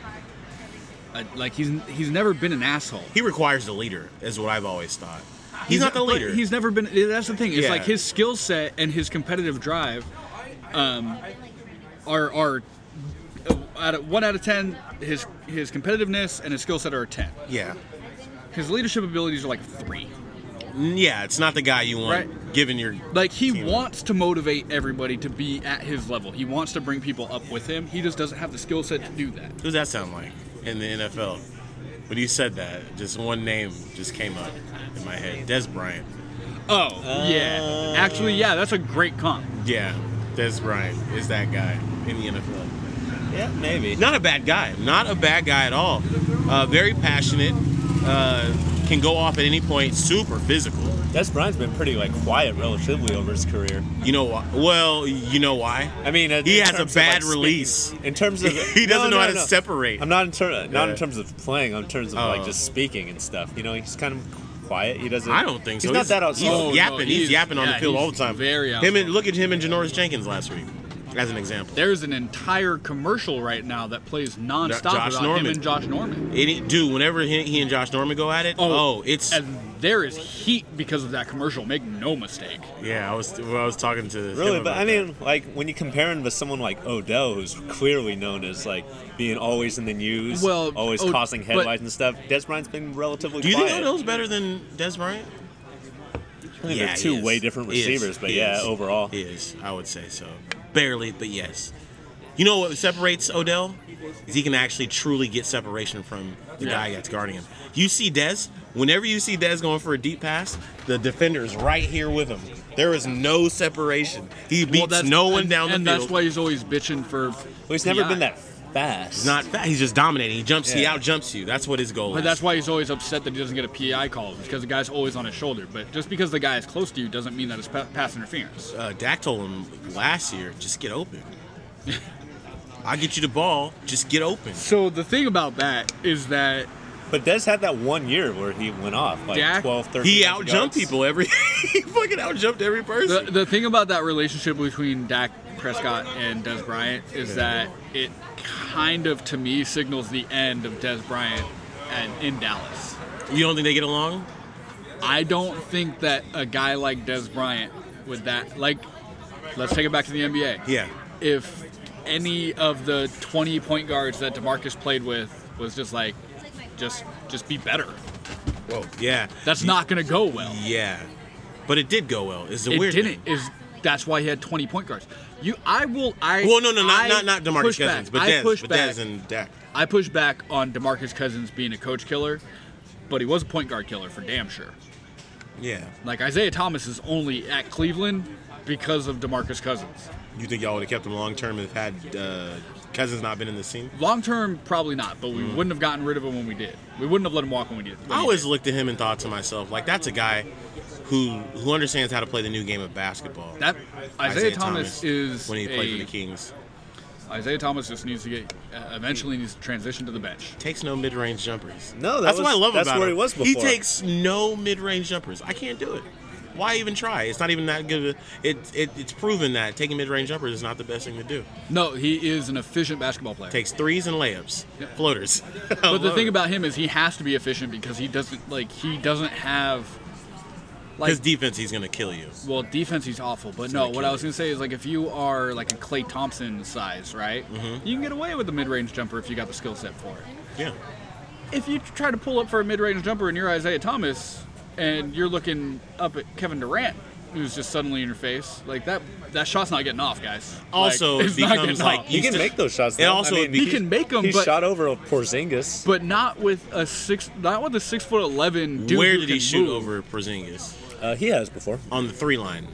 Speaker 2: a, like he's he's never been an asshole.
Speaker 1: he requires a leader, is what I've always thought. He's, not the
Speaker 2: but
Speaker 1: leader.
Speaker 2: He's never been. That's the thing. It's
Speaker 1: Yeah.
Speaker 2: like his skill set and his competitive drive, um, are are uh, out of one out of ten. His his competitiveness and his skill set are a ten.
Speaker 1: yeah.
Speaker 2: His leadership abilities are like a three.
Speaker 1: Yeah, it's not the guy you want
Speaker 2: Right.
Speaker 1: given your.
Speaker 2: Like he
Speaker 1: Team.
Speaker 2: wants to motivate everybody to be at his level. He wants to bring people up with him. He just doesn't have the skill set to do that.
Speaker 1: Who's that sound like in the NFL? When you said that, just one name just came up in my head Des Bryant.
Speaker 2: Oh yeah, Uh. actually yeah, that's a great comp.
Speaker 1: Yeah, Des Bryant is that guy in the NFL.
Speaker 3: Yeah, maybe.
Speaker 1: Not a bad guy. Not a bad guy at all. Uh, very passionate. Uh, can go off at any point. Super physical.
Speaker 3: Des Bryant's been pretty like quiet relatively over his career.
Speaker 1: You know why? Well, you know why?
Speaker 3: I mean, in-
Speaker 1: He
Speaker 3: in
Speaker 1: has a
Speaker 3: terms of,
Speaker 1: bad
Speaker 3: like, speaking-
Speaker 1: release.
Speaker 3: in terms of
Speaker 1: He doesn't
Speaker 3: No,
Speaker 1: know how
Speaker 3: no,
Speaker 1: to
Speaker 3: no.
Speaker 1: separate.
Speaker 3: I'm not in ter- not
Speaker 1: Yeah.
Speaker 3: in terms of playing. I'm in terms of like
Speaker 1: Oh.
Speaker 3: just speaking and stuff. You know, he's kind of quiet. He doesn't.
Speaker 1: I don't think so.
Speaker 3: He's not that outspoken.
Speaker 1: He's
Speaker 2: Oh, no,
Speaker 1: yapping. he's,
Speaker 2: he's-
Speaker 1: yapping on the
Speaker 2: yeah,
Speaker 1: field
Speaker 2: he's
Speaker 1: all the time.
Speaker 2: very
Speaker 1: him and
Speaker 2: outspoken.
Speaker 1: look at him and Janoris Jenkins last week, as an example.
Speaker 2: There's an entire commercial right now that plays nonstop
Speaker 1: Josh
Speaker 2: about
Speaker 1: Norman.
Speaker 2: him and Josh Norman.
Speaker 1: It, dude, whenever he, he and Josh Norman go at it, oh, it's
Speaker 2: and there is heat because of that commercial. Make no mistake.
Speaker 1: yeah. I was well, I was talking to him
Speaker 3: Really, but
Speaker 1: about
Speaker 3: I
Speaker 1: that.
Speaker 3: mean, like when you compare him to someone like Odell, who's clearly known as like being always in the news,
Speaker 2: Well,
Speaker 3: always
Speaker 2: O-
Speaker 3: causing
Speaker 2: but-
Speaker 3: headlines and stuff. Des Bryant's been relatively
Speaker 1: do you
Speaker 3: quiet.
Speaker 1: think Odell's better than Des Bryant?
Speaker 3: I think
Speaker 1: he
Speaker 3: they're two
Speaker 1: is.
Speaker 3: way different
Speaker 1: He is.
Speaker 3: receivers, but
Speaker 1: He
Speaker 3: yeah,
Speaker 1: is.
Speaker 3: overall,
Speaker 1: He is. I would say so. Barely, but yes. You know what separates Odell? Is he can actually truly get separation from the
Speaker 2: Yeah.
Speaker 1: guy that's guarding him. You see Dez, whenever you see Dez going for a deep pass, the defender is right here with him. There is no separation. He beats no one
Speaker 2: and,
Speaker 1: down the
Speaker 2: and
Speaker 1: field.
Speaker 2: that's why he's always bitching for.
Speaker 3: well, he's never
Speaker 2: PI.
Speaker 3: been that fast.
Speaker 1: He's not fat. He's just dominating. He jumps. He
Speaker 3: Yeah.
Speaker 1: out jumps you. That's what his goal
Speaker 2: But
Speaker 1: is.
Speaker 2: that's why he's always upset that he doesn't get a PI call it's because the guy's always on his shoulder. But just because the guy is close to you doesn't mean that it's pa- pass interference.
Speaker 1: uh, Dak told him last year, just get open. I get you the ball. Just get open.
Speaker 2: So the thing about that is that
Speaker 3: But Des had that one year where he went off like
Speaker 2: Dak-
Speaker 3: 12, 13.
Speaker 1: He
Speaker 3: yards.
Speaker 1: outjumped people every. he fucking outjumped every
Speaker 2: the,
Speaker 1: person.
Speaker 2: the thing about that relationship between Dak Prescott and Des Bryant is that it kind of to me signals the end of Des Bryant and in Dallas.
Speaker 1: you don't think they get along?
Speaker 2: I don't think that a guy like Des Bryant with that, like, let's take it back to the NBA.
Speaker 1: Yeah.
Speaker 2: If any of the 20 point guards that DeMarcus played with was just like, just just be better.
Speaker 1: Whoa. Yeah.
Speaker 2: That's not gonna go well.
Speaker 1: Yeah. But it did go well. Is the
Speaker 2: It
Speaker 1: weird thing.
Speaker 2: didn't. Is that's why he had 20 point guards. You, I will. I.
Speaker 1: Well, no, no, not
Speaker 2: I
Speaker 1: not, not Demarcus
Speaker 2: push
Speaker 1: Cousins,
Speaker 2: back.
Speaker 1: but
Speaker 2: I
Speaker 1: Dez,
Speaker 2: push
Speaker 1: but
Speaker 2: back.
Speaker 1: Dez and Dak.
Speaker 2: I push back on DeMarcus Cousins being a coach killer, but he was a point guard killer for damn sure.
Speaker 1: Yeah.
Speaker 2: Like Isaiah Thomas is only at Cleveland because of DeMarcus Cousins.
Speaker 1: You think y'all would have kept him long term if had uh, Cousins not been in the scene?
Speaker 2: Long term, probably not, but we wouldn't have gotten rid of him when we did. We wouldn't have let him walk when we did. when
Speaker 1: Mm. I
Speaker 2: he
Speaker 1: always
Speaker 2: did.
Speaker 1: looked at him and thought to myself, like, that's a guy who who understands how to play the new game of basketball.
Speaker 2: that Isaiah, Thomas, is
Speaker 1: when he played
Speaker 2: a-
Speaker 1: for the Kings
Speaker 2: Isaiah Thomas just needs to get uh, eventually needs to transition to the bench.
Speaker 1: takes no mid range jumpers.
Speaker 3: No, that
Speaker 1: that's what I
Speaker 3: was-
Speaker 1: love
Speaker 3: that's
Speaker 1: about
Speaker 3: where
Speaker 1: him.
Speaker 3: he was
Speaker 1: He
Speaker 3: before.
Speaker 1: takes no mid range jumpers. I can't do it. why even try? It's not even that good. Of a, it, it it's proven that taking mid range uppers is not the best thing to do.
Speaker 2: No, he is an efficient basketball player.
Speaker 1: Takes threes and layups,
Speaker 2: Yep.
Speaker 1: floaters.
Speaker 2: but the thing about him is he has to be efficient because he doesn't like he doesn't have like
Speaker 1: his defense, he's gonna kill you.
Speaker 2: well defense he's awful. But
Speaker 1: gonna
Speaker 2: no, what
Speaker 1: kill
Speaker 2: I was gonna say is like if you are like a Clay Thompson size, right?
Speaker 1: Mm-hmm.
Speaker 2: You can get away with a mid range jumper if you got the skill set for it.
Speaker 1: Yeah.
Speaker 2: If you try to pull up for a mid range jumper and you're Isaiah Thomas and you're looking up at Kevin Durant. Who's just suddenly in your face like that? That shot's not getting off, guys. Like,
Speaker 1: Also,
Speaker 2: it's
Speaker 1: it
Speaker 2: not
Speaker 1: becomes
Speaker 2: getting
Speaker 1: like
Speaker 2: off.
Speaker 1: you
Speaker 3: He can
Speaker 1: still-
Speaker 3: make those shots.
Speaker 1: It
Speaker 3: though.
Speaker 1: also
Speaker 3: I mean,
Speaker 1: be-
Speaker 2: he can make them,
Speaker 3: he
Speaker 2: but
Speaker 3: shot over Porzingis.
Speaker 2: but not with a six, not with a six foot eleven dude.
Speaker 1: Where
Speaker 2: who
Speaker 1: did
Speaker 2: can
Speaker 1: he shoot
Speaker 2: move.
Speaker 1: over Porzingis?
Speaker 3: Uh, he has before.
Speaker 1: On the three line,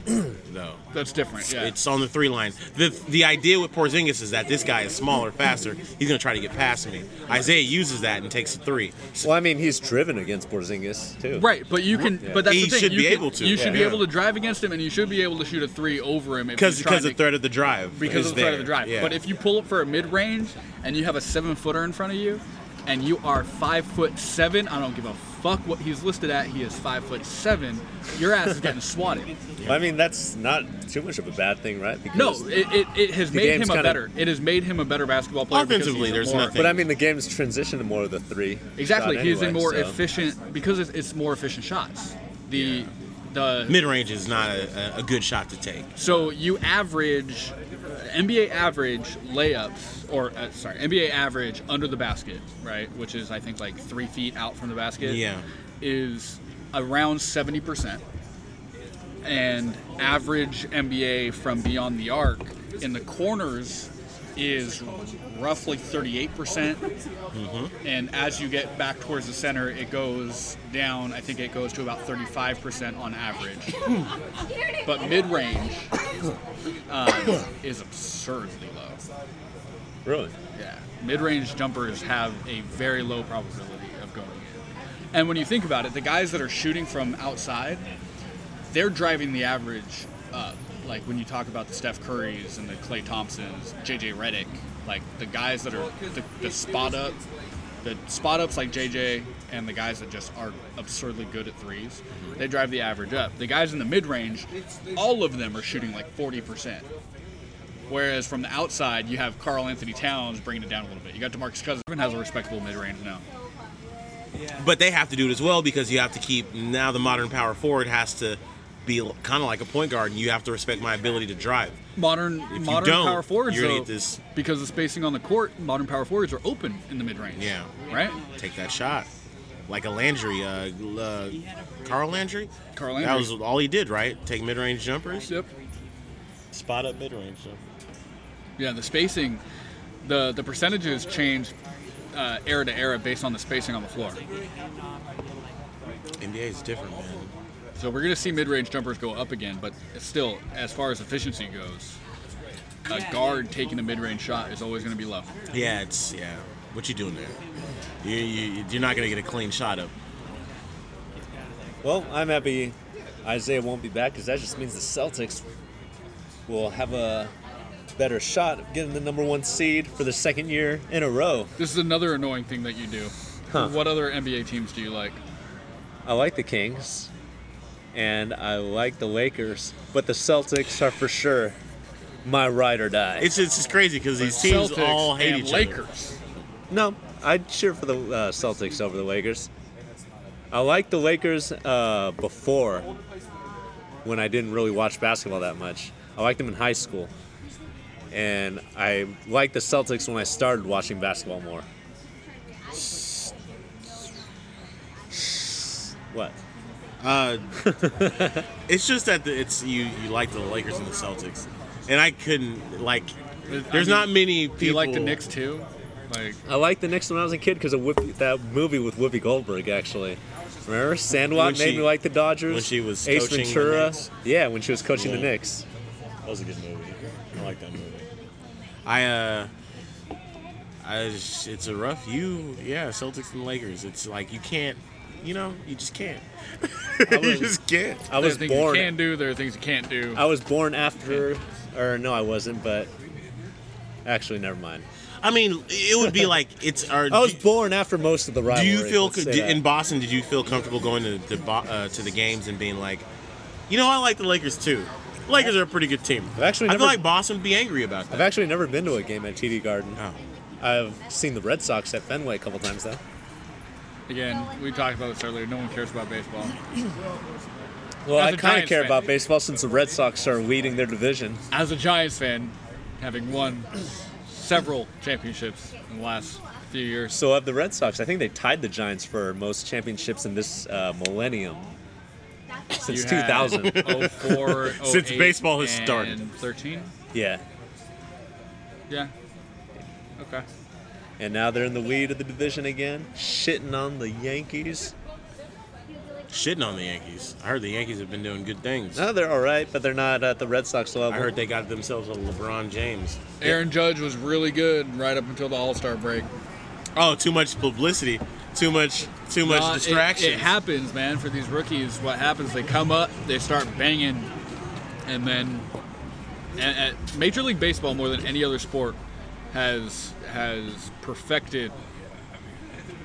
Speaker 1: though.
Speaker 2: That's different. Yeah.
Speaker 1: It's on the three line. The the idea with Porzingis is that this guy is smaller, faster. He's gonna try to get past me. Isaiah uses that and takes a three. So
Speaker 3: Well, I mean, he's driven against Porzingis too.
Speaker 2: right, but you can. But that's
Speaker 1: He
Speaker 2: the thing.
Speaker 1: should
Speaker 2: you
Speaker 1: be
Speaker 2: can-
Speaker 1: able to.
Speaker 2: You should be
Speaker 1: Yeah.
Speaker 2: able to drive against him, and you should be able to shoot a three over him if
Speaker 1: because
Speaker 2: you try
Speaker 1: because the
Speaker 2: to-
Speaker 1: threat of the drive.
Speaker 2: because
Speaker 1: is
Speaker 2: of the threat
Speaker 1: there.
Speaker 2: of the drive.
Speaker 1: Yeah.
Speaker 2: But if you pull up for a mid range and you have a seven footer in front of you, and you are five foot seven, I don't give a fuck what he's listed at. He is five foot seven. Your ass is getting swatted.
Speaker 3: I mean, that's not too much of a bad thing, right? Because
Speaker 2: No, it, it, it has
Speaker 3: The
Speaker 2: made him
Speaker 3: game's
Speaker 2: a
Speaker 3: kinda-
Speaker 2: better. It has made him a better basketball player. because he's
Speaker 1: Offensively,
Speaker 2: a
Speaker 1: there's
Speaker 2: more-
Speaker 1: nothing.
Speaker 3: But I mean, the game's transitioned to more of the three.
Speaker 2: Exactly.
Speaker 3: shot
Speaker 2: He's in
Speaker 3: anyway,
Speaker 2: more
Speaker 3: so.
Speaker 2: efficient because it's, it's more efficient shots. The the
Speaker 1: mid range is not a, a- a good shot to take.
Speaker 2: so you average uh, NBA average layups or uh, sorry NBA average under the basket right, which is I think like three feet out from the basket.
Speaker 1: Yeah.
Speaker 2: is around seventy percent, and average NBA from beyond the arc in the corners is roughly thirty-eight percent and as you get back towards the center, it goes down. I think it goes to about 35% on average. but mid range um, is absurdly low.
Speaker 3: Really?
Speaker 2: Yeah. Mid range jumpers have a very low probability of going in. And when you think about it, the guys that are shooting from outside, they're driving the average up. Like when you talk about the Steph Currys and the Clay Thompsons, JJ Redick, like the guys that are the, the spot up, the spot ups like JJ and the guys that just are absurdly good at threes, they drive the average up. The guys in the mid range, all of them are shooting like 40%. Whereas from the outside, you have Carl Anthony Towns bringing it down a little bit. You got Demarcus Cousins Everyone has a respectable mid range now.
Speaker 1: But they have to do it as well because you have to keep now the modern power forward has to be kind of like a point guard, and you have to respect my ability to drive.
Speaker 2: Modern
Speaker 1: you
Speaker 2: modern
Speaker 1: don't,
Speaker 2: power forwards
Speaker 1: you're gonna
Speaker 2: though,
Speaker 1: get this-
Speaker 2: because the spacing on the court, modern power forwards are open in the mid range.
Speaker 1: Yeah.
Speaker 2: Right.
Speaker 1: Take that shot. Like a Landry, uh, uh, Carl Landry.
Speaker 2: Carl
Speaker 1: That
Speaker 2: Landry.
Speaker 1: was all he did, right? Take mid-range jumpers.
Speaker 2: Yep.
Speaker 4: Spot up mid range.
Speaker 2: Yeah, the spacing, the the percentages change uh, era to era based on the spacing on the floor.
Speaker 1: NBA is different, man.
Speaker 2: So we're gonna see mid range jumpers go up again, but still, as far as efficiency goes, a guard taking a mid range shot is always gonna be low.
Speaker 1: Yeah, it's yeah. What you doing there? You, you you're not gonna get a clean shot up.
Speaker 3: Well, I'm happy Isaiah won't be back because that just means the Celtics will have a better shot of getting the number one seed for the second year in a row.
Speaker 2: This is another annoying thing that you do.
Speaker 3: Huh.
Speaker 2: What other NBA teams do you like?
Speaker 3: I like the Kings and I like the Lakers, but the Celtics are for sure my ride or die.
Speaker 1: It's it's just crazy because these teams
Speaker 2: Celtics
Speaker 1: all hate
Speaker 2: and
Speaker 1: each other.
Speaker 2: Lakers.
Speaker 3: No, I'd cheer for the uh, Celtics over the Lakers. I liked the Lakers uh, before when I didn't really watch basketball that much. I liked them in high school. And I liked the Celtics when I started watching basketball more. What?
Speaker 1: Uh, it's just that the, it's you you like the Lakers and the Celtics, and I couldn't like.
Speaker 2: I
Speaker 1: There's
Speaker 2: mean,
Speaker 1: not many people.
Speaker 2: Do you like the Knicks too? Like
Speaker 3: I liked the Knicks when I was a kid because of Whoopi, that movie with Whoopi Goldberg, actually. Remember?
Speaker 1: When
Speaker 3: Sandlot
Speaker 1: she-
Speaker 3: made me like the Dodgers.
Speaker 1: when she was
Speaker 3: Ace
Speaker 1: coaching the
Speaker 3: Ventura.
Speaker 1: Knicks.
Speaker 3: Yeah, when she was coaching the
Speaker 4: Yeah.
Speaker 3: Knicks.
Speaker 4: That was a good movie. I like that movie.
Speaker 1: I uh. I, it's a rough you yeah Celtics and Lakers. It's like you can't, you know, you just can't. you
Speaker 3: was-
Speaker 1: just can't.
Speaker 3: I
Speaker 2: there are
Speaker 3: was
Speaker 2: things
Speaker 3: born
Speaker 2: you can do. There are things you can't do.
Speaker 3: I was born after, or no, I wasn't, but actually, never mind.
Speaker 1: I mean, it would be like it's. Our,
Speaker 3: I was born after most of the rivalry.
Speaker 1: Do you feel
Speaker 3: let's say
Speaker 1: did,
Speaker 3: that.
Speaker 1: in Boston? Did you feel comfortable going to the bo- uh, to the games and being like, You know, I like the Lakers too. Lakers are a pretty good team.
Speaker 3: I've actually
Speaker 1: I
Speaker 3: never-
Speaker 1: feel like Boston would be angry about
Speaker 3: I've
Speaker 1: that.
Speaker 3: actually never been to a game at TD Garden.
Speaker 1: Oh.
Speaker 3: I've seen the Red Sox at Fenway a couple times though.
Speaker 2: Again, we talked about this earlier. No one cares about baseball.
Speaker 3: Well,
Speaker 2: As a
Speaker 3: I kind of
Speaker 2: Giants
Speaker 3: care
Speaker 2: fan.
Speaker 3: about baseball since the Red Sox are leading their division.
Speaker 2: As a Giants fan, having won several championships in the last few years,
Speaker 3: So of the Red Sox, I think they tied the Giants for most championships in this uh, millennium since
Speaker 2: You had-
Speaker 3: 2000.
Speaker 2: 04,
Speaker 1: Since
Speaker 2: 08,
Speaker 1: baseball has
Speaker 2: and
Speaker 1: started.
Speaker 2: 13?
Speaker 3: yeah,
Speaker 2: Yeah. Okay.
Speaker 3: and now they're in the lead of the division again, shitting on the Yankees.
Speaker 1: Shitting on the Yankees. I heard the Yankees have been doing good things.
Speaker 3: No, they're all right, but they're not at the Red Sox level.
Speaker 1: I heard they got themselves a LeBron James.
Speaker 2: Aaron Judge was really good right up until the All Star break.
Speaker 1: Oh, too much publicity. Too much. Too much
Speaker 2: Uh, it-
Speaker 1: distraction.
Speaker 2: It, happens, man, for these rookies. What happens? They come up, they start banging, and then and, and Major League Baseball more than any other sport has has perfected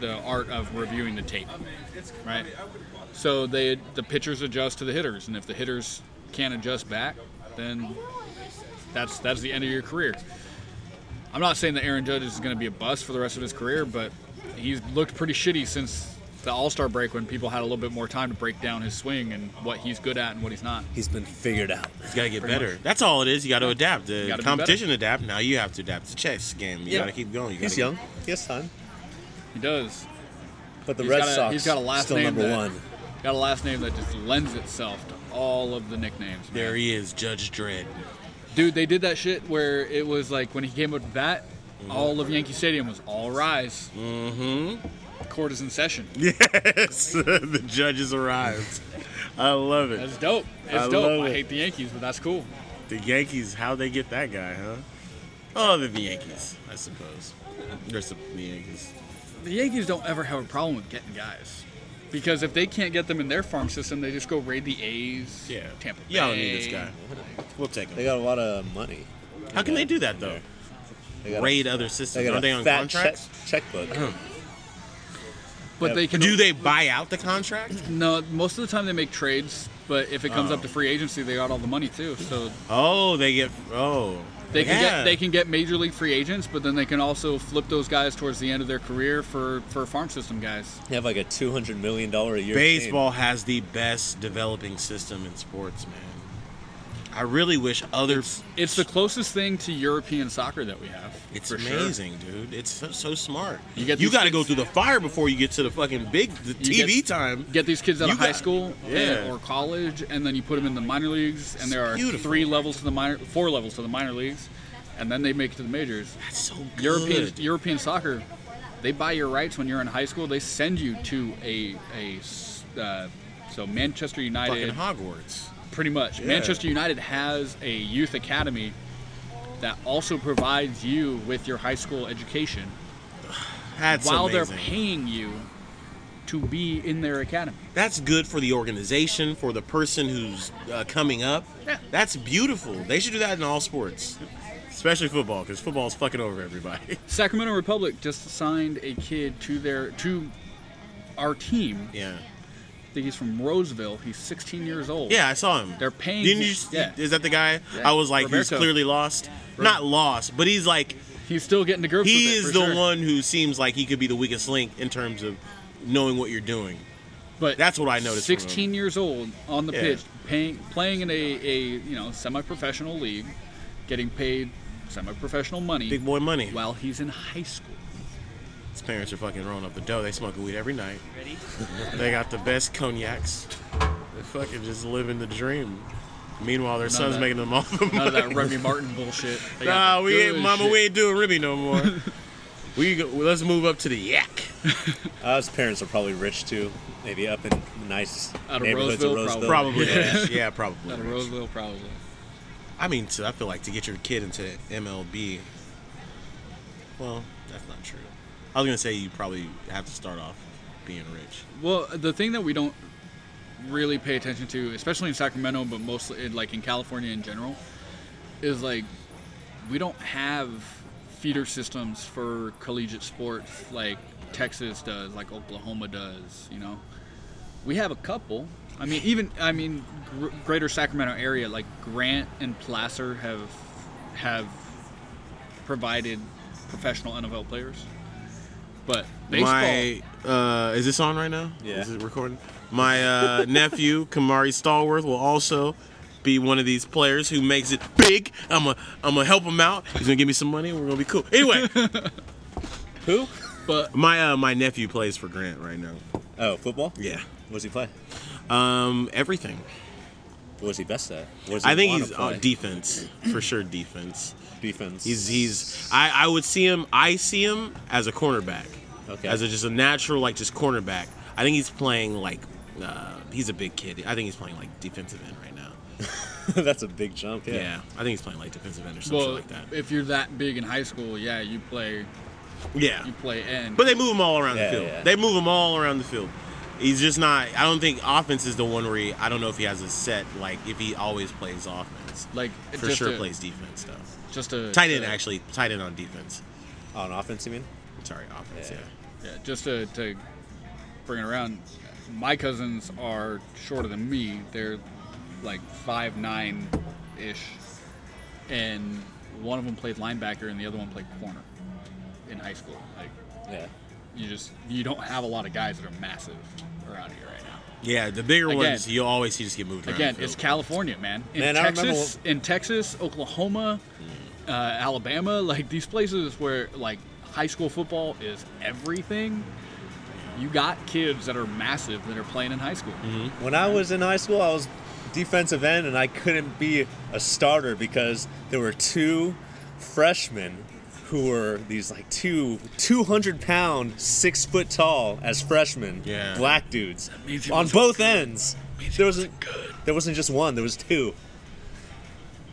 Speaker 2: the art of reviewing the tape, right? So they the pitchers adjust to the hitters, and if the hitters can't adjust back, then that's that's the end of your career. I'm not saying that Aaron Judge is going to be a bust for the rest of his career, but he's looked pretty shitty since the All Star break when people had a little bit more time to break down his swing and what he's good at and what he's not.
Speaker 3: He's been figured out.
Speaker 1: You gotta get
Speaker 2: Pretty
Speaker 1: better. That's all it is. You gotta adapt. The
Speaker 2: gotta be
Speaker 1: competition adapt. Now you have to adapt to chess game. You
Speaker 3: Yeah.
Speaker 1: gotta keep going. You
Speaker 3: He's
Speaker 1: gotta
Speaker 3: young. He has time.
Speaker 2: He does.
Speaker 3: But the
Speaker 2: He's
Speaker 3: Red
Speaker 2: got a-
Speaker 3: Sox
Speaker 2: he's got a last
Speaker 3: still
Speaker 2: name
Speaker 3: number
Speaker 2: that-
Speaker 3: one.
Speaker 2: Got a last name that just lends itself to all of the nicknames.
Speaker 1: Keep, there he is, Judge Dredd.
Speaker 2: Dude, they did that shit where it was like when he came up to bat,
Speaker 3: Mm-hmm.
Speaker 2: all of Yankee Stadium was all rise. Mm-hmm. Court is in session.
Speaker 1: Yes, the judges arrived. I love it.
Speaker 2: That's dope. It's
Speaker 1: I
Speaker 2: dope.
Speaker 1: love
Speaker 2: I
Speaker 1: it.
Speaker 2: hate the Yankees, but that's cool.
Speaker 1: The Yankees. How they get that guy, huh? Oh, they're the Yankees, I suppose. They're sup- the Yankees.
Speaker 2: The Yankees don't ever have a problem with getting guys. Because if they can't get them in their farm system, they just go raid the A's.
Speaker 1: Yeah.
Speaker 2: Tampa Bay.
Speaker 1: Y'all don't need this guy. We'll take
Speaker 3: They
Speaker 1: him.
Speaker 3: got a lot of money.
Speaker 1: How can they do that though?
Speaker 3: They got
Speaker 1: Raid
Speaker 3: A,
Speaker 1: other
Speaker 3: they
Speaker 1: systems.
Speaker 3: got
Speaker 1: Are
Speaker 3: a
Speaker 1: they on
Speaker 3: fat check,
Speaker 1: contracts?
Speaker 3: checkbook.
Speaker 2: But
Speaker 3: Yeah.
Speaker 2: they can
Speaker 1: Do they buy out the contract?
Speaker 2: No, most of the time they make trades, but if it comes up to free agency, they got all the money too. So
Speaker 1: Oh, they get. Oh,
Speaker 2: they can
Speaker 1: Yeah.
Speaker 2: get they can get major league free agents, but then they can also flip those guys towards the end of their career for for farm system guys.
Speaker 3: they have like a two hundred million dollar a year. team.
Speaker 1: Baseball has the best developing system in sports, man. I really wish others.
Speaker 2: It's the closest thing to European soccer that we have.
Speaker 1: It's
Speaker 2: for sure.
Speaker 1: amazing, dude. It's so, so smart.
Speaker 2: You get these
Speaker 1: got to
Speaker 2: kids-
Speaker 1: go through the fire before you get to the fucking big the
Speaker 2: You
Speaker 1: TV
Speaker 2: get-
Speaker 1: time.
Speaker 2: Get these kids out
Speaker 1: You
Speaker 2: of high
Speaker 1: got-
Speaker 2: school
Speaker 1: yeah.
Speaker 2: and- or college, and then you put them in the minor leagues, and there are
Speaker 1: beautiful.
Speaker 2: three levels to the minor, four levels to the minor leagues, and then they make it to the majors.
Speaker 1: That's so good.
Speaker 2: European European soccer, they buy your rights when you're in high school. They send you to a a s- uh, so Manchester
Speaker 1: fucking
Speaker 2: United,
Speaker 1: Hogwarts.
Speaker 2: pretty much.
Speaker 1: Yeah.
Speaker 2: Manchester United has a youth academy that also provides you with your high school education
Speaker 1: That's
Speaker 2: while
Speaker 1: amazing.
Speaker 2: they're paying you to be in their academy.
Speaker 1: That's good for the organization, for the person who's uh, coming up.
Speaker 2: Yeah.
Speaker 1: That's beautiful. They should do that in all sports, especially football, because football's fucking over everybody.
Speaker 2: Sacramento Republic just signed a kid to their to our team.
Speaker 1: yeah.
Speaker 2: I think he's from Roseville. He's 16 years old.
Speaker 1: Yeah, I saw him.
Speaker 2: They're paying
Speaker 1: Didn't you?
Speaker 2: him- yeah.
Speaker 1: Is that the guy?
Speaker 2: Yeah.
Speaker 1: I was like, he's
Speaker 2: Roberto.
Speaker 1: clearly lost. Not lost, but he's like,
Speaker 2: He's still getting the grips with
Speaker 1: he
Speaker 2: it,
Speaker 1: is
Speaker 2: for
Speaker 1: the
Speaker 2: sure.
Speaker 1: one who seems like he could be the weakest link in terms of knowing what you're doing.
Speaker 2: But
Speaker 1: That's what I noticed from him.
Speaker 2: 16 years old on the
Speaker 1: Yeah.
Speaker 2: pitch, paying, playing in a, a you know semi-professional league, getting paid semi-professional money
Speaker 1: Big boy money.
Speaker 2: while he's in high school.
Speaker 1: His parents are fucking rolling up the dough. They smoke weed every night. they got the best cognacs. They're fucking just living the dream. Meanwhile, their son's
Speaker 2: that-
Speaker 1: making them all the
Speaker 2: None of
Speaker 1: money.
Speaker 2: that Remy Martin bullshit. They got
Speaker 1: Nah,
Speaker 2: the
Speaker 1: we ain't,
Speaker 2: good
Speaker 1: mama,
Speaker 2: shit.
Speaker 1: we ain't doing Remy no more. we go, well, let's move up to the yak.
Speaker 2: Oh,
Speaker 3: Uh, his parents are probably rich too. Maybe up in nice
Speaker 2: Out of
Speaker 3: neighborhoods
Speaker 2: Roseville,
Speaker 3: of Roseville.
Speaker 1: Probably. Yeah, yeah probably.
Speaker 2: Out of Roseville, probably.
Speaker 1: I mean, so I feel like to get your kid into MLB. Well, that's not true. I was gonna say you probably have to start off being rich.
Speaker 2: Well, the thing that we don't really pay attention to, especially in Sacramento, but mostly in, like in California in general, is like we don't have feeder systems for collegiate sports like Texas does, like Oklahoma does. You know, we have a couple. I mean, even I mean, gr- greater Sacramento area like Grant and Placer have have provided professional NFL players, but baseball.
Speaker 1: My uh, is this on right now?
Speaker 3: Yeah.
Speaker 1: Is it recording? My uh, nephew Kamari Stallworth will also be one of these players who makes it big. I'm gonna I'm gonna help him out. He's gonna give me some money. and We're gonna be cool. Anyway,
Speaker 2: Who? But
Speaker 1: my uh, my nephew plays for Grant right now.
Speaker 3: Oh, football?
Speaker 1: Yeah.
Speaker 3: What does he play?
Speaker 1: Um, everything.
Speaker 3: What is he best at? What does he
Speaker 1: I think
Speaker 3: wanna
Speaker 1: he's uh,
Speaker 3: play?
Speaker 1: defense for sure. Defense.
Speaker 3: defense.
Speaker 1: He's he's I, I would see him I see him as a cornerback.
Speaker 3: Okay.
Speaker 1: As a, just a natural like just cornerback. I think he's playing like uh, he's a big kid. I think he's playing like defensive end right now.
Speaker 3: that's a big jump. Yeah.
Speaker 1: Yeah. I think he's playing like defensive end or something
Speaker 2: well,
Speaker 1: like that.
Speaker 2: if you're that big in high school, yeah, you play
Speaker 1: yeah.
Speaker 2: you play end.
Speaker 1: But they move him all around
Speaker 3: Yeah,
Speaker 1: the field.
Speaker 3: yeah.
Speaker 1: They move him all around the field. He's just not I don't think offense is the one where he I don't know if he has a set like if he always plays offense.
Speaker 2: like
Speaker 1: for
Speaker 2: just
Speaker 1: sure
Speaker 2: a,
Speaker 1: plays defense though.
Speaker 2: just a
Speaker 1: Tight end
Speaker 2: a-
Speaker 1: actually tight end on defense.
Speaker 3: On offense, you mean?
Speaker 1: Sorry, offense,
Speaker 3: Yeah.
Speaker 1: yeah.
Speaker 2: Yeah, just to, to bring it around, my cousins are shorter than me. They're like five nine ish, and one of them played linebacker and the other one played corner in high school. Like
Speaker 3: Yeah.
Speaker 2: you just you don't have a lot of guys that are massive around here right now.
Speaker 1: Yeah, the bigger
Speaker 2: Again.
Speaker 1: ones you always see just get moved around.
Speaker 2: Again,
Speaker 1: the
Speaker 2: it's
Speaker 1: field.
Speaker 2: California, man. In
Speaker 3: Man, I remember
Speaker 2: Texas, in Texas, Oklahoma, uh, Alabama, like these places where like high school football is everything. You got kids that are massive that are playing in high school.
Speaker 1: Mm-hmm.
Speaker 3: When I was in high school, I was defensive end, and I couldn't be a starter because there were two freshmen who were these like two 200 pound six foot tall as freshmen
Speaker 1: Yeah.
Speaker 3: black dudes
Speaker 2: means he
Speaker 3: on
Speaker 2: wasn't
Speaker 3: both ends there wasn't
Speaker 2: good.
Speaker 3: there wasn't just one there was two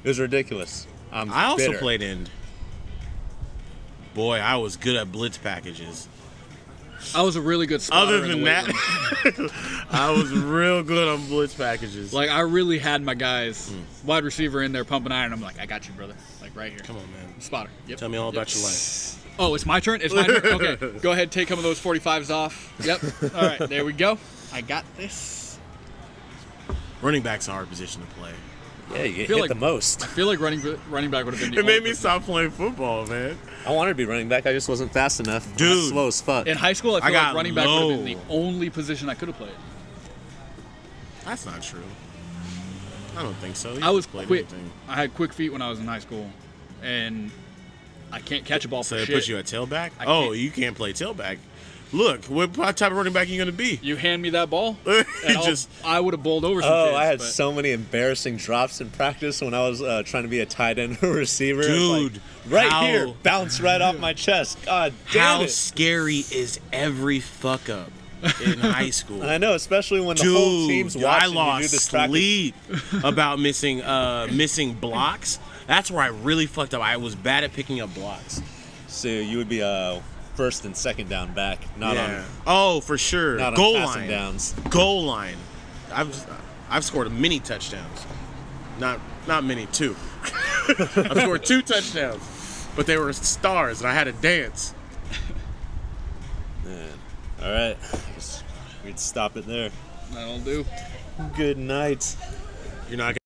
Speaker 3: it was ridiculous I'm
Speaker 1: I also
Speaker 3: bitter.
Speaker 1: played end. Boy, I was good at blitz packages.
Speaker 2: I was a really good spotter.
Speaker 1: Other
Speaker 2: in the
Speaker 1: than
Speaker 2: weight
Speaker 1: that,
Speaker 2: room.
Speaker 1: I was real good on blitz packages.
Speaker 2: like I really had my guys wide receiver in there pumping iron. I'm like, I got you, brother. Like right here.
Speaker 1: Mm. come on, man.
Speaker 2: spotter. Yep.
Speaker 1: Tell me all
Speaker 2: Yep.
Speaker 1: about your life.
Speaker 2: Oh, it's my turn. It's my turn. Okay, go ahead. Take some of those 45s off. Yep. All right, there we go. I got this.
Speaker 1: Running back's a hard position to play.
Speaker 3: yeah you get
Speaker 2: feel
Speaker 3: hit
Speaker 2: like-
Speaker 3: the most
Speaker 2: I feel like running running back would have been. The
Speaker 1: It made
Speaker 2: only-
Speaker 1: me stop playing football, man.
Speaker 3: I wanted to be running back I just wasn't fast enough I'm
Speaker 1: Dude.
Speaker 3: slow as fuck
Speaker 2: In high school, I
Speaker 1: I
Speaker 2: feel like
Speaker 1: got
Speaker 2: running back would have been
Speaker 1: low.
Speaker 2: the only position I could have played.
Speaker 1: That's not true. I don't think so. You
Speaker 2: I was
Speaker 1: played
Speaker 2: quick.
Speaker 1: anything.
Speaker 2: I had quick feet when I was in high school, and I can't catch a ball
Speaker 1: So
Speaker 2: for
Speaker 1: they
Speaker 2: shit.
Speaker 1: put you at tailback?
Speaker 2: I
Speaker 1: oh,
Speaker 2: can't-
Speaker 1: you can't play tailback. Look, what type of running back are you going to be?
Speaker 2: You hand me that ball,
Speaker 1: You
Speaker 2: and I'll-
Speaker 1: just-
Speaker 2: I would have bowled over. Some
Speaker 3: Oh,
Speaker 2: kids,
Speaker 3: I had
Speaker 2: but
Speaker 3: so many embarrassing drops in practice when I was uh, trying to be a tight end or receiver. It was like,
Speaker 1: Dude,
Speaker 3: right
Speaker 1: how-
Speaker 3: here, bounce right off my chest. God damn
Speaker 1: How
Speaker 3: it!
Speaker 1: scary is every fuck up in high school?
Speaker 3: I know, especially when the
Speaker 1: Dude,
Speaker 3: whole team's watching
Speaker 1: I
Speaker 3: you do
Speaker 1: lost
Speaker 3: this practice.
Speaker 1: sleep about missing uh, missing blocks. That's where I really fucked up. I was bad at picking up blocks.
Speaker 3: So you would be uh, first and second down back, not
Speaker 1: Yeah. oh, for sure.
Speaker 3: on not
Speaker 1: Goal
Speaker 3: on passing
Speaker 1: line.
Speaker 3: downs.
Speaker 1: Goal line. I've I've scored many touchdowns. Not not many, two. I've scored two touchdowns, but they were stars, and I had to dance.
Speaker 3: All right, we'd stop it there.
Speaker 2: that'll do.
Speaker 3: Good night.
Speaker 1: You're not